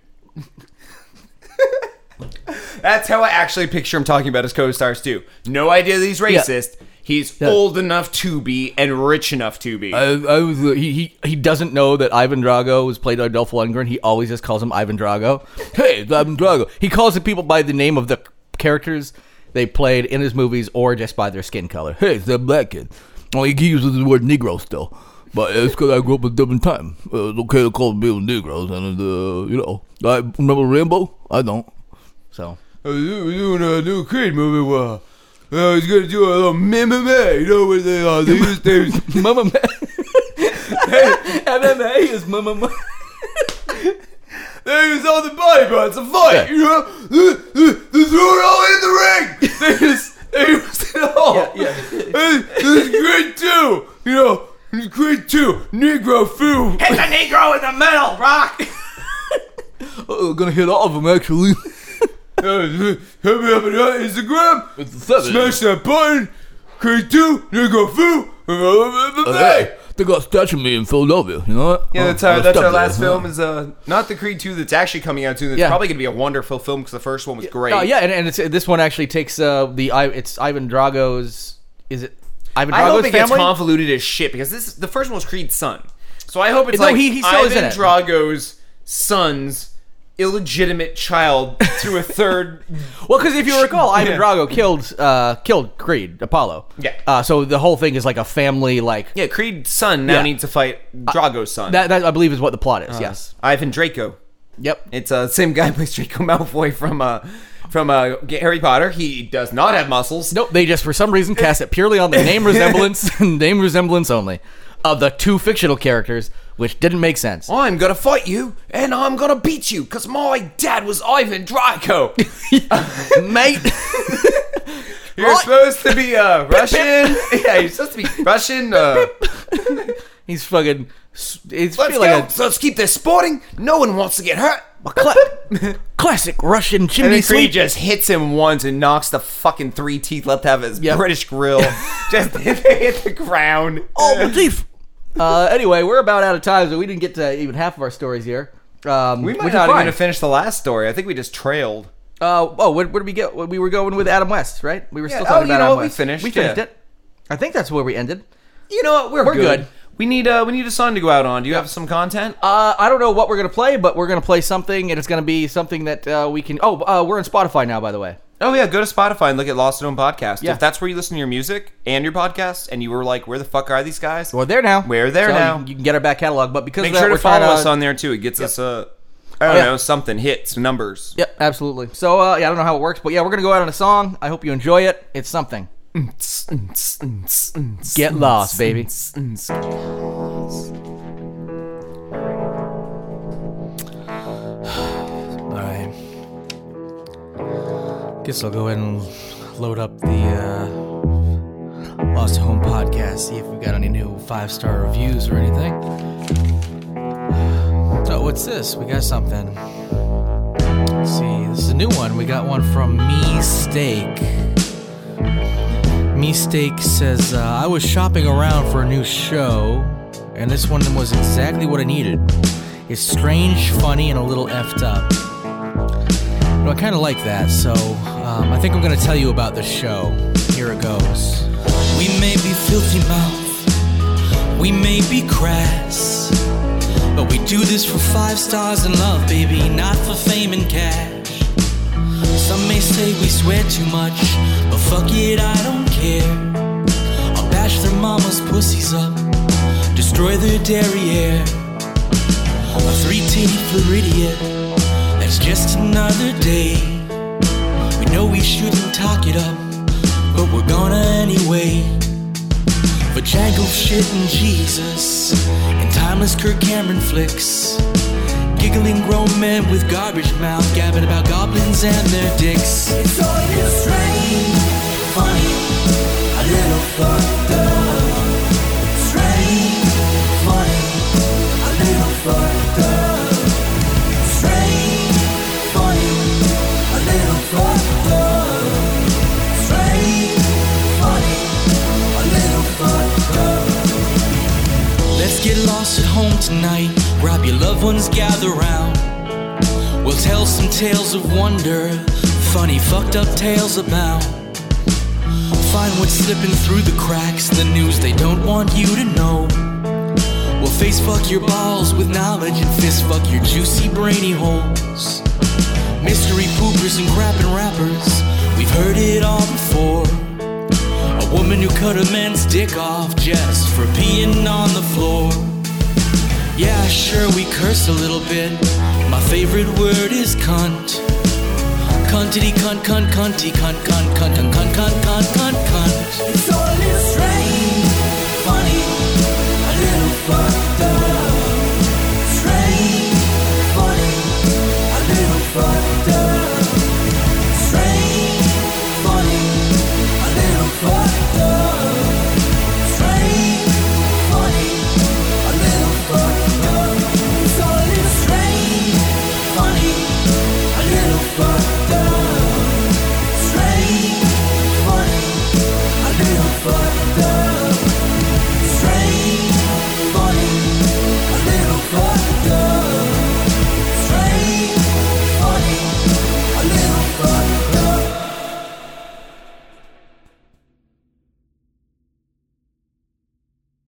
[SPEAKER 2] That's how I actually picture him talking about his co-stars too. No idea that he's racist. He's old enough to be and rich enough to be.
[SPEAKER 3] I, I was Oh, he, he he doesn't know that Ivan Drago was played by Dolph Lundgren. He always just calls him Ivan Drago. Hey, Ivan Drago. He calls the people by the name of the characters they played in his movies or just by their skin color.
[SPEAKER 4] Hey, it's that black kid. Well, he uses the word Negro still, but it's because I grew up a different time. Uh, it's okay to call people Negroes, and uh, you know, I remember Rambo. I don't.
[SPEAKER 3] So
[SPEAKER 2] We're doing a new Creed movie where uh, he's gonna do a little MMA, you know, where they, uh, they use they
[SPEAKER 3] Mama Ma- MMA is Mama Ma-
[SPEAKER 2] They use all the body parts to fight, you know? They, they, they throw it all in the ring! They just, they use it all!
[SPEAKER 3] yeah.
[SPEAKER 2] Hey, this is grade two! You know, grade two, Negro food! Hit the Negro in the middle, Rock!
[SPEAKER 4] Uh, gonna hit all of them actually.
[SPEAKER 2] Uh, Hit me up on Instagram,
[SPEAKER 4] It's the seven.
[SPEAKER 2] smash that button, grade two, Negro food,
[SPEAKER 4] Hey, they got statue me in Philadelphia. You know what?
[SPEAKER 2] Yeah,
[SPEAKER 4] Uh,
[SPEAKER 2] that's our
[SPEAKER 4] I
[SPEAKER 2] that's
[SPEAKER 4] stopped
[SPEAKER 2] our
[SPEAKER 4] there,
[SPEAKER 2] last
[SPEAKER 4] huh?
[SPEAKER 2] film is uh not the Creed two that's actually coming out soon. That's
[SPEAKER 3] Yeah.
[SPEAKER 2] probably gonna be a wonderful film because the first one was great.
[SPEAKER 3] Oh yeah, and, and it's, this one actually takes uh, the I- it's Ivan Drago's. Is it Ivan Drago's
[SPEAKER 2] I hope it gets
[SPEAKER 3] family?
[SPEAKER 2] convoluted as shit because this the first one was Creed's son. So I hope it's
[SPEAKER 3] No,
[SPEAKER 2] like
[SPEAKER 3] he- he still
[SPEAKER 2] Ivan
[SPEAKER 3] is in it.
[SPEAKER 2] Drago's son's illegitimate child to a third.
[SPEAKER 3] Well, because if you recall, Ivan
[SPEAKER 2] Yeah.
[SPEAKER 3] Drago killed uh, killed Creed Apollo.
[SPEAKER 2] Yeah.
[SPEAKER 3] Uh, so the whole thing is like a family like
[SPEAKER 2] yeah, Uh, Creed's son now
[SPEAKER 3] Yeah.
[SPEAKER 2] needs to fight Drago's son.
[SPEAKER 3] that. That I believe is what the plot
[SPEAKER 4] Uh-huh.
[SPEAKER 3] is. yes.
[SPEAKER 2] Ivan Draco.
[SPEAKER 3] Yep.
[SPEAKER 2] It's uh same guy who plays Draco Malfoy from uh from uh Harry Potter. He does not have muscles.
[SPEAKER 3] Nope. They just for some reason cast it purely on the name resemblance, name resemblance only, of the two fictional characters, which didn't make sense.
[SPEAKER 2] I'm gonna fight you, and I'm gonna beat you, cause my dad was Ivan Draco.
[SPEAKER 3] Mate.
[SPEAKER 2] You're supposed to be uh, Russian. yeah, you're supposed to be Russian. Uh,
[SPEAKER 3] He's fucking. s- It's
[SPEAKER 2] Let's
[SPEAKER 3] feel
[SPEAKER 2] go.
[SPEAKER 3] like
[SPEAKER 2] so let's keep this sporting. No one wants to get hurt.
[SPEAKER 3] a, a cla- classic Russian
[SPEAKER 2] And
[SPEAKER 3] chimney
[SPEAKER 2] then Creed
[SPEAKER 3] sweep.
[SPEAKER 2] just hits him once and knocks the fucking three teeth left out of his
[SPEAKER 3] Yep.
[SPEAKER 2] British grill. just they hit the ground.
[SPEAKER 3] Oh, the thief. Uh, anyway, we're about out of time, so we didn't get to even half of our stories here. Um,
[SPEAKER 2] we
[SPEAKER 3] which
[SPEAKER 2] might
[SPEAKER 3] is
[SPEAKER 2] not
[SPEAKER 3] fine.
[SPEAKER 2] even have finished the last story. I think we just trailed.
[SPEAKER 3] Uh, oh, where, where did we go? We were going with Adam West, right? We were still
[SPEAKER 2] Yeah,
[SPEAKER 3] talking
[SPEAKER 2] oh,
[SPEAKER 3] about
[SPEAKER 2] you know
[SPEAKER 3] Adam
[SPEAKER 2] what? We
[SPEAKER 3] West.
[SPEAKER 2] finished,
[SPEAKER 3] We finished
[SPEAKER 2] yeah.
[SPEAKER 3] it. I think that's where we ended.
[SPEAKER 2] You know what? We're,
[SPEAKER 3] We're
[SPEAKER 2] good.
[SPEAKER 3] good.
[SPEAKER 2] We need uh we need a song to go out on. Do you have some content?
[SPEAKER 3] Uh, I don't know what we're gonna play, but we're gonna play something, and it's gonna be something that uh, we can. Oh, uh, we're on Spotify now, by the way.
[SPEAKER 2] Oh yeah, go to Spotify and look at Lost and Home podcast.
[SPEAKER 3] Yeah.
[SPEAKER 2] If that's where you listen to your music and your podcast, and you were like, "Where the fuck are these guys?"
[SPEAKER 3] We're there now.
[SPEAKER 2] We're there
[SPEAKER 3] So
[SPEAKER 2] now.
[SPEAKER 3] You, you can get our back catalog, but because
[SPEAKER 2] Make
[SPEAKER 3] of that,
[SPEAKER 2] sure to
[SPEAKER 3] we're trying Oh,
[SPEAKER 2] follow us on there too. It gets us uh, I don't
[SPEAKER 3] Yeah.
[SPEAKER 2] know something hits numbers.
[SPEAKER 3] Yep, absolutely. So uh, yeah, I don't know how it works, but yeah, we're gonna go out on a song. I hope you enjoy it. It's something. Get lost, baby. All right. Guess I'll go ahead and load up the uh, Lost at Home podcast. See if we've got any new five star reviews or anything. Oh, what's this? We got something. Let's see, this is a new one. We got one from Mistake. Mistake says, uh, I was shopping around for a new show, and this one was exactly what I needed. It's strange, funny, and a little effed up. You know, I kind of like that, so um, I think I'm going to tell you about the show. Here it goes.
[SPEAKER 5] We may be filthy mouth, we may be crass, but we do this for five stars and love, baby, not for fame and cash. Some may say we swear too much, but fuck it, I don't care. I'll bash their mama's pussies up, destroy their derriere. A three-titty Floridian, that's just another day. We know we shouldn't talk it up, but we're gonna anyway. For Django shit and Jesus, and timeless Kirk Cameron flicks. Giggling grown men with garbage mouth, gabbing about goblins and their dicks. It's all a little strange, funny, a little fucked up. Strange, funny, a little fucked up. Strange, funny, a little fucked up. Strange, funny, a little fucked up. Let's get lost at home tonight. Grab your loved ones, gather round. We'll tell some tales of wonder. Funny, fucked up tales abound. Find what's slipping through the cracks, the news they don't want you to know. We'll face fuck your balls with knowledge and fist fuck your juicy brainy holes. Mystery poopers and crapping rappers, we've heard it all before. A woman who cut a man's dick off just for peeing on the floor. Yeah, sure, we curse a little bit. My favorite word is cunt. Cuntity, cunt, cunt, cunty, cunt, cunt, cunt, cunt, cunt, cunt, cunt, cunt, cunt. It's all a little strange, funny, a little fucked up. Strange, funny, a little fucked up. Strange, funny, a little fucked up. Strange, funny, a little fucked up. It's all a little strange, funny, a little fucked up. Strange, funny, a little fucked up.